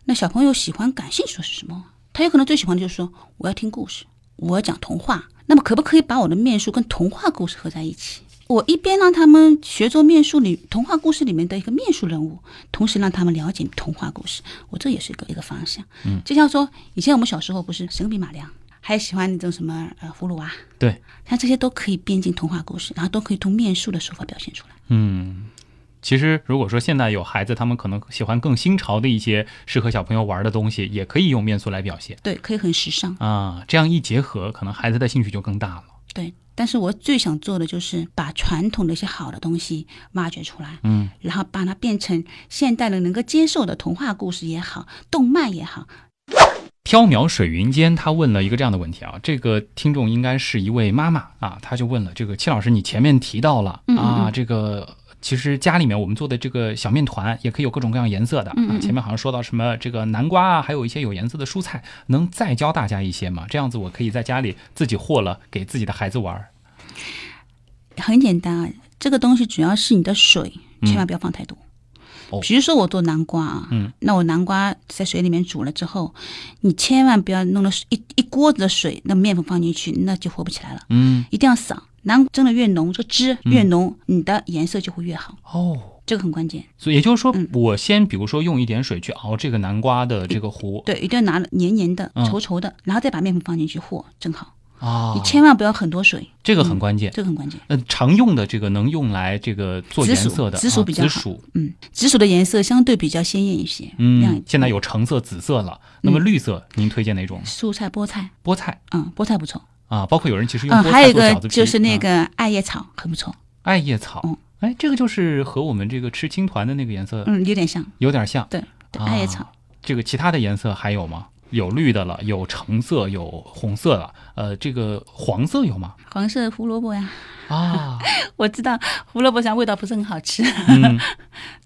Speaker 1: 那小朋友喜欢、感兴趣的是什么？他有可能最喜欢的就是说，我要听故事，我要讲童话。那么可不可以把我的面书跟童话故事合在一起？我一边让他们学做面书里童话故事里面的一个面书人物，同时让他们了解童话故事，我这也是一个一个方向。
Speaker 2: 嗯
Speaker 1: 就像说以前我们小时候不是神笔马良，还喜欢那种什么呃葫芦娃、
Speaker 2: 对，
Speaker 1: 像这些都可以编进童话故事，然后都可以通面述的手法表现出来。
Speaker 2: 嗯，其实如果说现在有孩子，他们可能喜欢更新潮的一些适合小朋友玩的东西，也可以用面塑来表现
Speaker 1: 对，可以很时尚。
Speaker 2: 啊。这样一结合，可能孩子的兴趣就更大了。
Speaker 1: 对，但是我最想做的就是把传统的一些好的东西挖掘出来，
Speaker 2: 嗯，
Speaker 1: 然后把它变成现代人能够接受的童话故事也好，动漫也好。
Speaker 2: 缥缈水云间，他问了一个这样的问题啊，这个听众应该是一位妈妈啊，他就问了这个戚老师，你前面提到了
Speaker 1: 嗯嗯
Speaker 2: 啊，
Speaker 1: 嗯
Speaker 2: 这个其实家里面我们做的这个小面团也可以有各种各样颜色的
Speaker 1: 嗯嗯
Speaker 2: 啊，
Speaker 1: 嗯
Speaker 2: 前面好像说到什么这个南瓜啊，还有一些有颜色的蔬菜，能再教大家一些吗？这样子我可以在家里自己和了，给自己的孩子玩儿。
Speaker 1: 很简单，啊，这个东西主要是你的水，
Speaker 2: 嗯
Speaker 1: 千万不要放太多。
Speaker 2: 哦
Speaker 1: 比如说我做南瓜啊，
Speaker 2: 嗯
Speaker 1: 那我南瓜在水里面煮了之后，你千万不要弄了一一锅子的水，那面粉放进去，那就和不起来了，
Speaker 2: 嗯，
Speaker 1: 一定要撒。南瓜蒸的越浓，这汁越浓，你的颜色就会越好，
Speaker 2: 哦。
Speaker 1: 这个很关键。
Speaker 2: 所以也就是说，
Speaker 1: 嗯
Speaker 2: 我先比如说用一点水去熬这个南瓜的这个糊
Speaker 1: 对，一定要拿了黏黏的、
Speaker 2: 嗯
Speaker 1: 稠稠的，然后再把面粉放进去和，正好。
Speaker 2: 啊
Speaker 1: 你，千万不要很多水，
Speaker 2: 这个很关键。
Speaker 1: 这个很关键。
Speaker 2: 呃，常用的这个能用来这个做颜色的
Speaker 1: 紫薯紫
Speaker 2: 啊
Speaker 1: 薯比较好
Speaker 2: 紫薯，
Speaker 1: 嗯，紫薯的颜色相对比较鲜艳一些，亮一
Speaker 2: 嗯，
Speaker 1: 点嗯
Speaker 2: 现在有橙色、紫色了。那么绿色，您推荐哪种？
Speaker 1: 蔬菜、菠菜，
Speaker 2: 菠菜
Speaker 1: 嗯，菠菜不错。
Speaker 2: 啊，包括有人其实用
Speaker 1: 嗯，
Speaker 2: 菠
Speaker 1: 还有
Speaker 2: 菜
Speaker 1: 一
Speaker 2: 做
Speaker 1: 个
Speaker 2: 饺子皮，
Speaker 1: 就是那
Speaker 2: 啊
Speaker 1: 个艾叶草，很不错。
Speaker 2: 艾叶草
Speaker 1: 嗯。
Speaker 2: 哎，这个就是和我们这个吃青团的那个颜色
Speaker 1: 嗯，有点像。
Speaker 2: 有点像。
Speaker 1: 对，对
Speaker 2: 啊
Speaker 1: 艾叶草。
Speaker 2: 这个其他的颜色还有吗？有绿的了，有橙色，有红色了。呃，这个黄色有吗？
Speaker 1: 黄色胡萝卜呀， <laughs>
Speaker 2: 啊，
Speaker 1: 我知道胡萝卜上味道不是很好吃，
Speaker 2: 嗯，但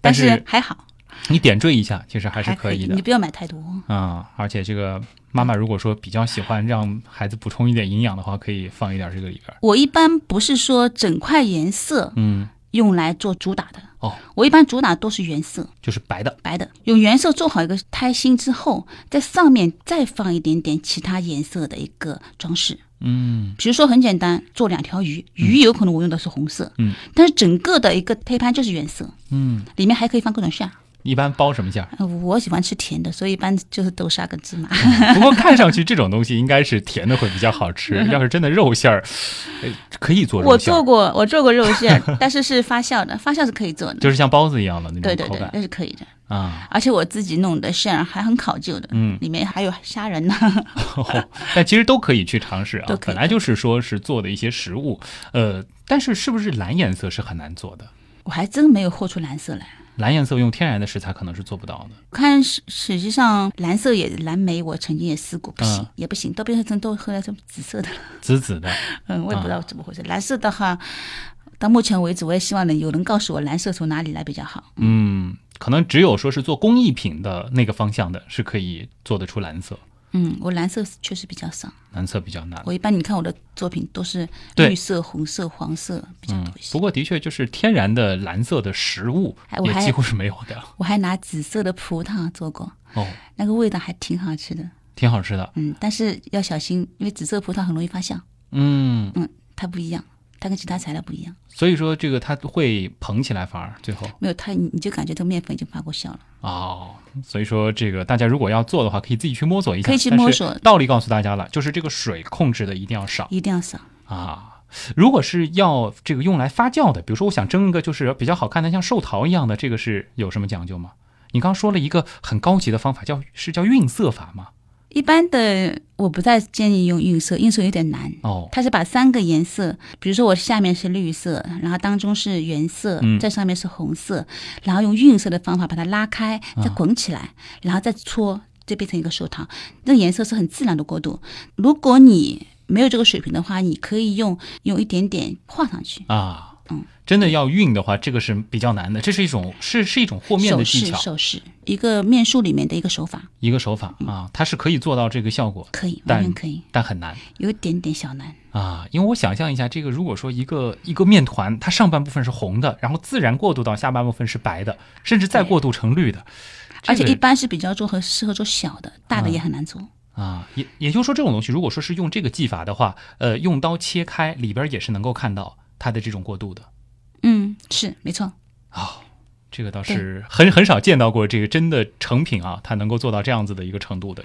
Speaker 1: 但
Speaker 2: 是
Speaker 1: 还好，
Speaker 2: 你点缀一下，其实还是
Speaker 1: 还
Speaker 2: 可以的
Speaker 1: 你。不要买太多。
Speaker 2: 啊、而且这个妈妈如果说比较喜欢让孩子补充一点营养的话，可以放一点这个里边儿。
Speaker 1: 我一般不是说整块颜色
Speaker 2: 嗯，
Speaker 1: 用来做主打的，
Speaker 2: 哦，
Speaker 1: 我一般主打都是原色。
Speaker 2: 就是白的。
Speaker 1: 白的，用原色做好一个胎心之后，在上面再放一点点其他颜色的一个装饰。
Speaker 2: 嗯
Speaker 1: 比如说很简单，做两条鱼，鱼有可能我用的是红色，
Speaker 2: 嗯，
Speaker 1: 但是整个的一个胎盘就是原色，
Speaker 2: 嗯，
Speaker 1: 里面还可以放各种馅儿。
Speaker 2: 一般包什么馅儿？
Speaker 1: 呃我喜欢吃甜的，所以一般就是豆沙跟芝麻。
Speaker 2: 不过看上去这种东西应该是甜的会比较好 <laughs> 吃。要是真的肉馅儿，呃可以做
Speaker 1: 我
Speaker 2: 肉馅
Speaker 1: 做
Speaker 2: 儿，
Speaker 1: 过，我做过肉馅儿， <laughs> 但是是发酵的，发酵是可以做的，
Speaker 2: 就是像包子一样的那
Speaker 1: 对
Speaker 2: 种
Speaker 1: 对
Speaker 2: 口
Speaker 1: 对，
Speaker 2: 感
Speaker 1: 那是可以的。
Speaker 2: 啊。 <laughs>
Speaker 1: 而且我自己弄的馅儿还很考究的，
Speaker 2: 嗯
Speaker 1: 里面还有虾仁呢。 <laughs>
Speaker 2: 但其实都可以去尝试啊
Speaker 1: 都。可以
Speaker 2: 本来就是说是做的一些食物，呃，但是是不是蓝颜色是很难做的？
Speaker 1: 我还真没有和出蓝色来。
Speaker 2: 蓝颜色用天然的食材可能是做不到的。
Speaker 1: 看实实际上蓝色也蓝莓，我曾经也试过，不行、
Speaker 2: 嗯
Speaker 1: 也不行，都变成都后来成紫色
Speaker 2: <laughs>
Speaker 1: 的了。
Speaker 2: 紫紫的，
Speaker 1: 嗯，我也不知道怎么回事。蓝色的话，到目前为止，我也希望能有人告诉我蓝色从哪里来比较好。
Speaker 2: 嗯，可能只有说是做工艺品的那个方向的，是可以做得出蓝色，
Speaker 1: 嗯，我蓝色确实比较少，
Speaker 2: 蓝色比较难
Speaker 1: 我。一般你看我的作品都是
Speaker 2: 对
Speaker 1: 绿色、红色、黄色比较
Speaker 2: 嗯
Speaker 1: 多一，些。
Speaker 2: 不过的确就是天然的蓝色的食物
Speaker 1: 哎我
Speaker 2: 也
Speaker 1: 还
Speaker 2: 几乎是没有
Speaker 1: <laughs>
Speaker 2: 的
Speaker 1: 我还拿紫色的葡萄做过，
Speaker 2: 哦，
Speaker 1: 那个味道还挺好吃的。
Speaker 2: 挺好吃的。
Speaker 1: 嗯，但是要小心，因为紫色葡萄很容易发酵，
Speaker 2: 嗯，
Speaker 1: 它不一样，它跟其他材料不一样。
Speaker 2: 所以说这个它会膨起来，反而最后
Speaker 1: 没有它，你你就感觉这个面粉已经发过酵了。
Speaker 2: 哦，所以说这个大家如果要做的话，可以自己去摸索一下。
Speaker 1: 可以去
Speaker 2: 但是
Speaker 1: 摸索
Speaker 2: 道理告诉大家了，就是这个水控制的一定要少。
Speaker 1: 一定要少。
Speaker 2: 啊。如果是要这个用来发酵的，比如说我想蒸一个就是比较好看的，像寿桃一样的，这个是有什么讲究吗？你刚说了一个很高级的方法，叫是叫晕色法吗？
Speaker 1: 一般的我不再建议用晕色，晕色有点难。
Speaker 2: 哦，
Speaker 1: 它是把三个颜色，比如说我下面是绿色，然后当中是原色，
Speaker 2: 嗯
Speaker 1: 在上面是红色，然后用晕色的方法把它拉开，
Speaker 2: 啊
Speaker 1: 再滚起来，然后再搓，就变成一个寿桃。那个颜色是很自然的过渡。如果你没有这个水平的话，你可以用用一点点画上去，
Speaker 2: 啊，
Speaker 1: 嗯，
Speaker 2: 真的要运的话，这个是比较难的，这是一种是是一种和面的技巧，
Speaker 1: 手势，一个面术里面的一个手法，
Speaker 2: 一个手法
Speaker 1: 嗯
Speaker 2: 啊，它是可以做到这个效果，
Speaker 1: 可以，完
Speaker 2: 但
Speaker 1: 全可以，
Speaker 2: 但很难
Speaker 1: 有一点点小难。
Speaker 2: 啊，因为我想象一下，这个如果说一个一个面团，它上半部分是红的，然后自然过渡到下半部分是白的，甚至再过渡成绿的，
Speaker 1: 而且
Speaker 2: 这个
Speaker 1: 一般是比较做和适合做小的，大的也很难做。
Speaker 2: 啊，也也就是说，这种东西如果说是用这个技法的话，呃，用刀切开里边也是能够看到它的这种过渡的。
Speaker 1: 嗯，是没错。
Speaker 2: 这个倒是很很少见到过这个真的成品啊，它能够做到这样子的一个程度的。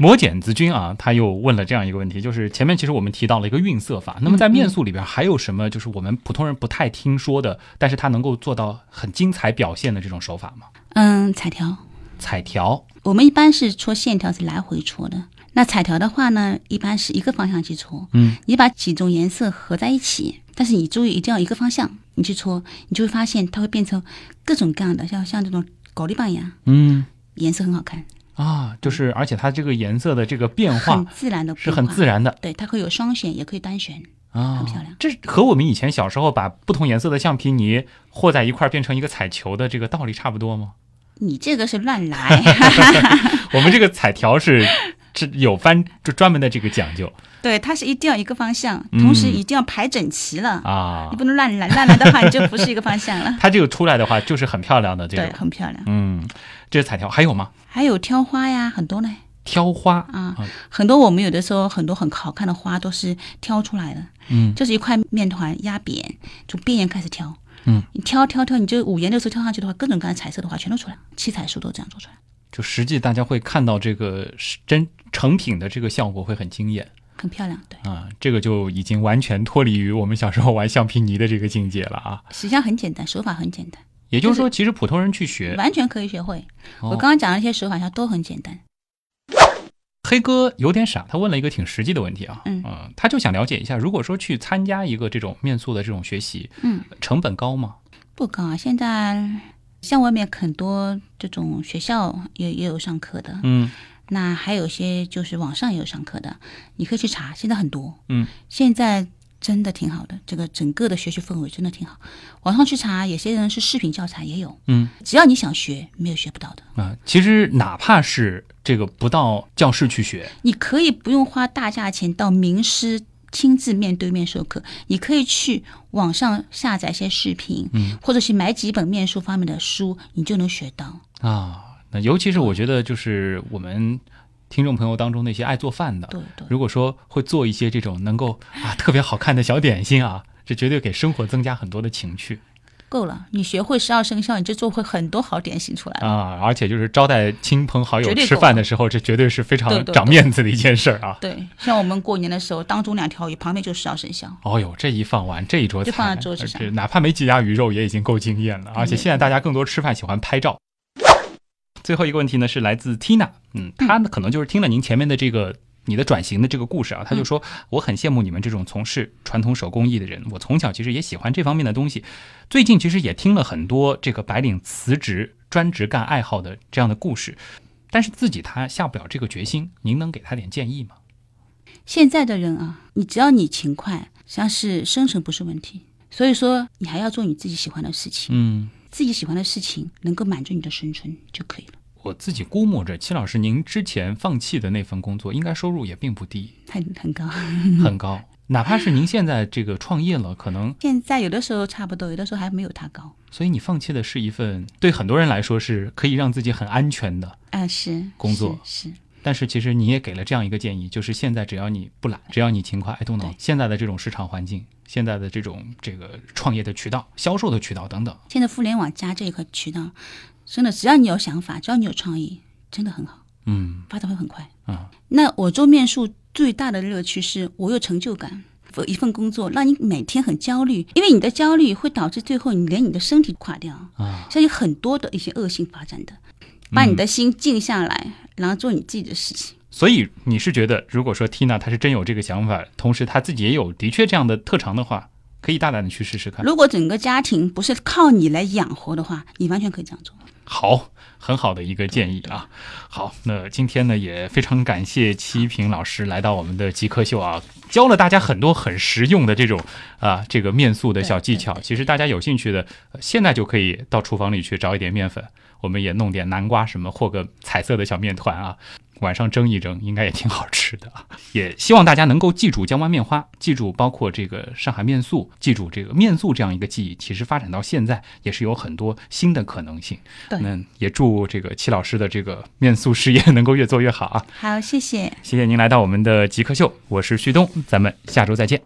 Speaker 2: 磨剪子君啊，他又问了这样一个问题，就是前面其实我们提到了一个晕色法，那么在面塑里边还有什么就是我们普通人不太听说的，但是它能够做到很精彩表现的这种手法吗？
Speaker 1: 嗯，彩条，
Speaker 2: 彩条
Speaker 1: 我们一般是戳线条是来回戳的。那彩条的话呢，一般是一个方向去戳，
Speaker 2: 嗯，
Speaker 1: 你把几种颜色合在一起，但是你注意一定要一个方向，你去戳，你就会发现它会变成各种各样的，像像这种狗立棒一样，
Speaker 2: 嗯
Speaker 1: 颜色很好看，
Speaker 2: 啊，就是而且它这个颜色的这个变化
Speaker 1: 很自然的，
Speaker 2: 是很自然的，
Speaker 1: 对，它可以有双旋，也可以单旋，
Speaker 2: 啊，很漂亮。这和我们以前小时候把不同颜色的橡皮泥和在一块儿变成一个彩球的这个道理差不多吗？
Speaker 1: 你这个是乱
Speaker 2: <laughs>
Speaker 1: 来，
Speaker 2: 我们这个彩条是这有翻就专门的这个讲究
Speaker 1: 对，它是一定要一个方向，
Speaker 2: 嗯
Speaker 1: 同时一定要排整齐了，
Speaker 2: 啊
Speaker 1: 你。不能乱来，乱来的话你就不是一个方向
Speaker 2: <laughs>。
Speaker 1: 了
Speaker 2: 它这个出来的话就是很漂亮的这
Speaker 1: 对，
Speaker 2: 种，
Speaker 1: 很漂亮。
Speaker 2: 嗯，这是彩条还有吗？
Speaker 1: 还有挑花呀，很多呢
Speaker 2: 挑花，
Speaker 1: 啊，很多我们有的时候很多很好看的花都是挑出来的，
Speaker 2: 嗯
Speaker 1: 就是一块面团压扁，从边缘开始挑，
Speaker 2: 嗯，
Speaker 1: 你挑挑挑，你就五颜六色挑上去的话，各种各样的彩色的花全都出来，七彩树都这样做出来，
Speaker 2: 就实际大家会看到这个是真成品的这个效果会很惊艳。
Speaker 1: 很漂亮。对，
Speaker 2: 啊，这个就已经完全脱离于我们小时候玩橡皮泥的这个境界了啊！
Speaker 1: 实际上很简单，手法很简单，
Speaker 2: 也就是说，其实普通人去学，
Speaker 1: 完全可以学会。
Speaker 2: 哦
Speaker 1: 我刚刚讲的那些手法上都很简单。
Speaker 2: 黑哥有点傻，他问了一个挺实际的问题啊，
Speaker 1: 嗯
Speaker 2: 呃他就想了解一下，如果说去参加一个这种面塑的这种学习，
Speaker 1: 嗯，
Speaker 2: 成本高吗？
Speaker 1: 不高啊，现在像外面很多这种学校也也有上课的，
Speaker 2: 嗯
Speaker 1: 那还有些就是网上也有上课的，你可以去查，现在很多，
Speaker 2: 嗯，
Speaker 1: 现在真的挺好的，这个整个的学习氛围真的挺好。网上去查，有些人是视频教材也有，
Speaker 2: 嗯
Speaker 1: 只要你想学，没有学不到的。
Speaker 2: 啊、其实哪怕是这个不到教室去学，
Speaker 1: 你可以不用花大价钱到名师亲自面对面授课，你可以去网上下载一些视频，
Speaker 2: 嗯
Speaker 1: 或者是买几本面书方面的书，你就能学到。
Speaker 2: 啊，那尤其是我觉得就是我们听众朋友当中那些爱做饭的，
Speaker 1: 对对
Speaker 2: 如果说会做一些这种能够啊特别好看的小点心啊，这绝对给生活增加很多的情趣
Speaker 1: 够了，你学会十二生肖，你就做会很多好点心出来了。
Speaker 2: 啊，而且就是招待亲朋好友
Speaker 1: 绝对
Speaker 2: 吃
Speaker 1: 够
Speaker 2: 饭
Speaker 1: 了
Speaker 2: 的时候，这绝对是非
Speaker 1: 对
Speaker 2: 常
Speaker 1: 对
Speaker 2: 长
Speaker 1: 对
Speaker 2: 面子的一件事儿啊。
Speaker 1: 对，像我们过年的时候，当中两条鱼，旁边就是十二生肖。
Speaker 2: 哦呦，这一放完，这一桌菜呃
Speaker 1: 就放在桌子上嗯
Speaker 2: 这哪怕没几样鱼肉，也已经够惊艳了。而且现在大家更多吃饭喜欢拍照。最后一个问题呢，是来自 Tina，嗯，她呢可能就是听了您前面的这个你的转型的这个故事
Speaker 1: 嗯
Speaker 2: 啊，她就说、我很羡慕你们这种从事传统手工艺的人，我从小其实也喜欢这方面的东西，最近其实也听了很多这个白领辞职专职干爱好的这样的故事，但是自己她下不了这个决心，您能给她点建议吗？
Speaker 1: 现在的人啊，你只要你勤快，实际上是生存不是问题。所以说，你还要做你自己喜欢的事情，
Speaker 2: 嗯，
Speaker 1: 自己喜欢的事情能够满足你的生存就可以了。
Speaker 2: 我自己估摸着，戚老师您之前放弃的那份工作，应该收入也并不低，
Speaker 1: 很很高，
Speaker 2: 很高。哪怕是您现在这个创业了，可能，
Speaker 1: 现在有的时候差不多，有的时候还没有他高。
Speaker 2: 所以你放弃的是一份对很多人来说是可以让自己很安全的。
Speaker 1: 啊、是
Speaker 2: 工作
Speaker 1: 是是
Speaker 2: 但是其实你也给了这样一个建议，就是现在只要你不懒，只要你勤快爱动脑
Speaker 1: 对，
Speaker 2: 现在的这种市场环境，现在的这种这个创业的渠道、销售的渠道等等，
Speaker 1: 现在互联网加这一块渠道，真的只要你有想法，只要你有创意，真的很好，
Speaker 2: 嗯
Speaker 1: 发展会很快。
Speaker 2: 啊、
Speaker 1: 那我做面术最大的乐趣是我有成就感。一份工作让你每天很焦虑，因为你的焦虑会导致最后你连你的身体垮掉，
Speaker 2: 啊，
Speaker 1: 像有很多的一些恶性发展的。把你的心静下来，然后做你自己的事情。
Speaker 2: 嗯所以你是觉得，如果说 Tina 她是真有这个想法，同时她自己也有的确这样的特长的话，可以大胆的去试试看。
Speaker 1: 如果整个家庭不是靠你来养活的话，你完全可以这样做。
Speaker 2: 好，很好的一个建议啊。好，那今天呢也非常感谢齐平老师来到我们的极客秀啊，教了大家很多很实用的这种啊这个面塑的小技巧。其实大家有兴趣的，呃现在就可以到厨房里去找一点面粉，我们也弄点南瓜什么和个彩色的小面团啊。晚上蒸一蒸，应该也挺好吃的啊！也希望大家能够记住江湾面花，记住包括这个上海面塑，记住这个面塑这样一个技艺。其实发展到现在，也是有很多新的可能性。
Speaker 1: 对
Speaker 2: 那也祝这个戚老师的这个面塑事业能够越做越好啊！
Speaker 1: 好，谢谢。
Speaker 2: 谢谢您来到我们的极客秀，我是旭东，咱们下周再见。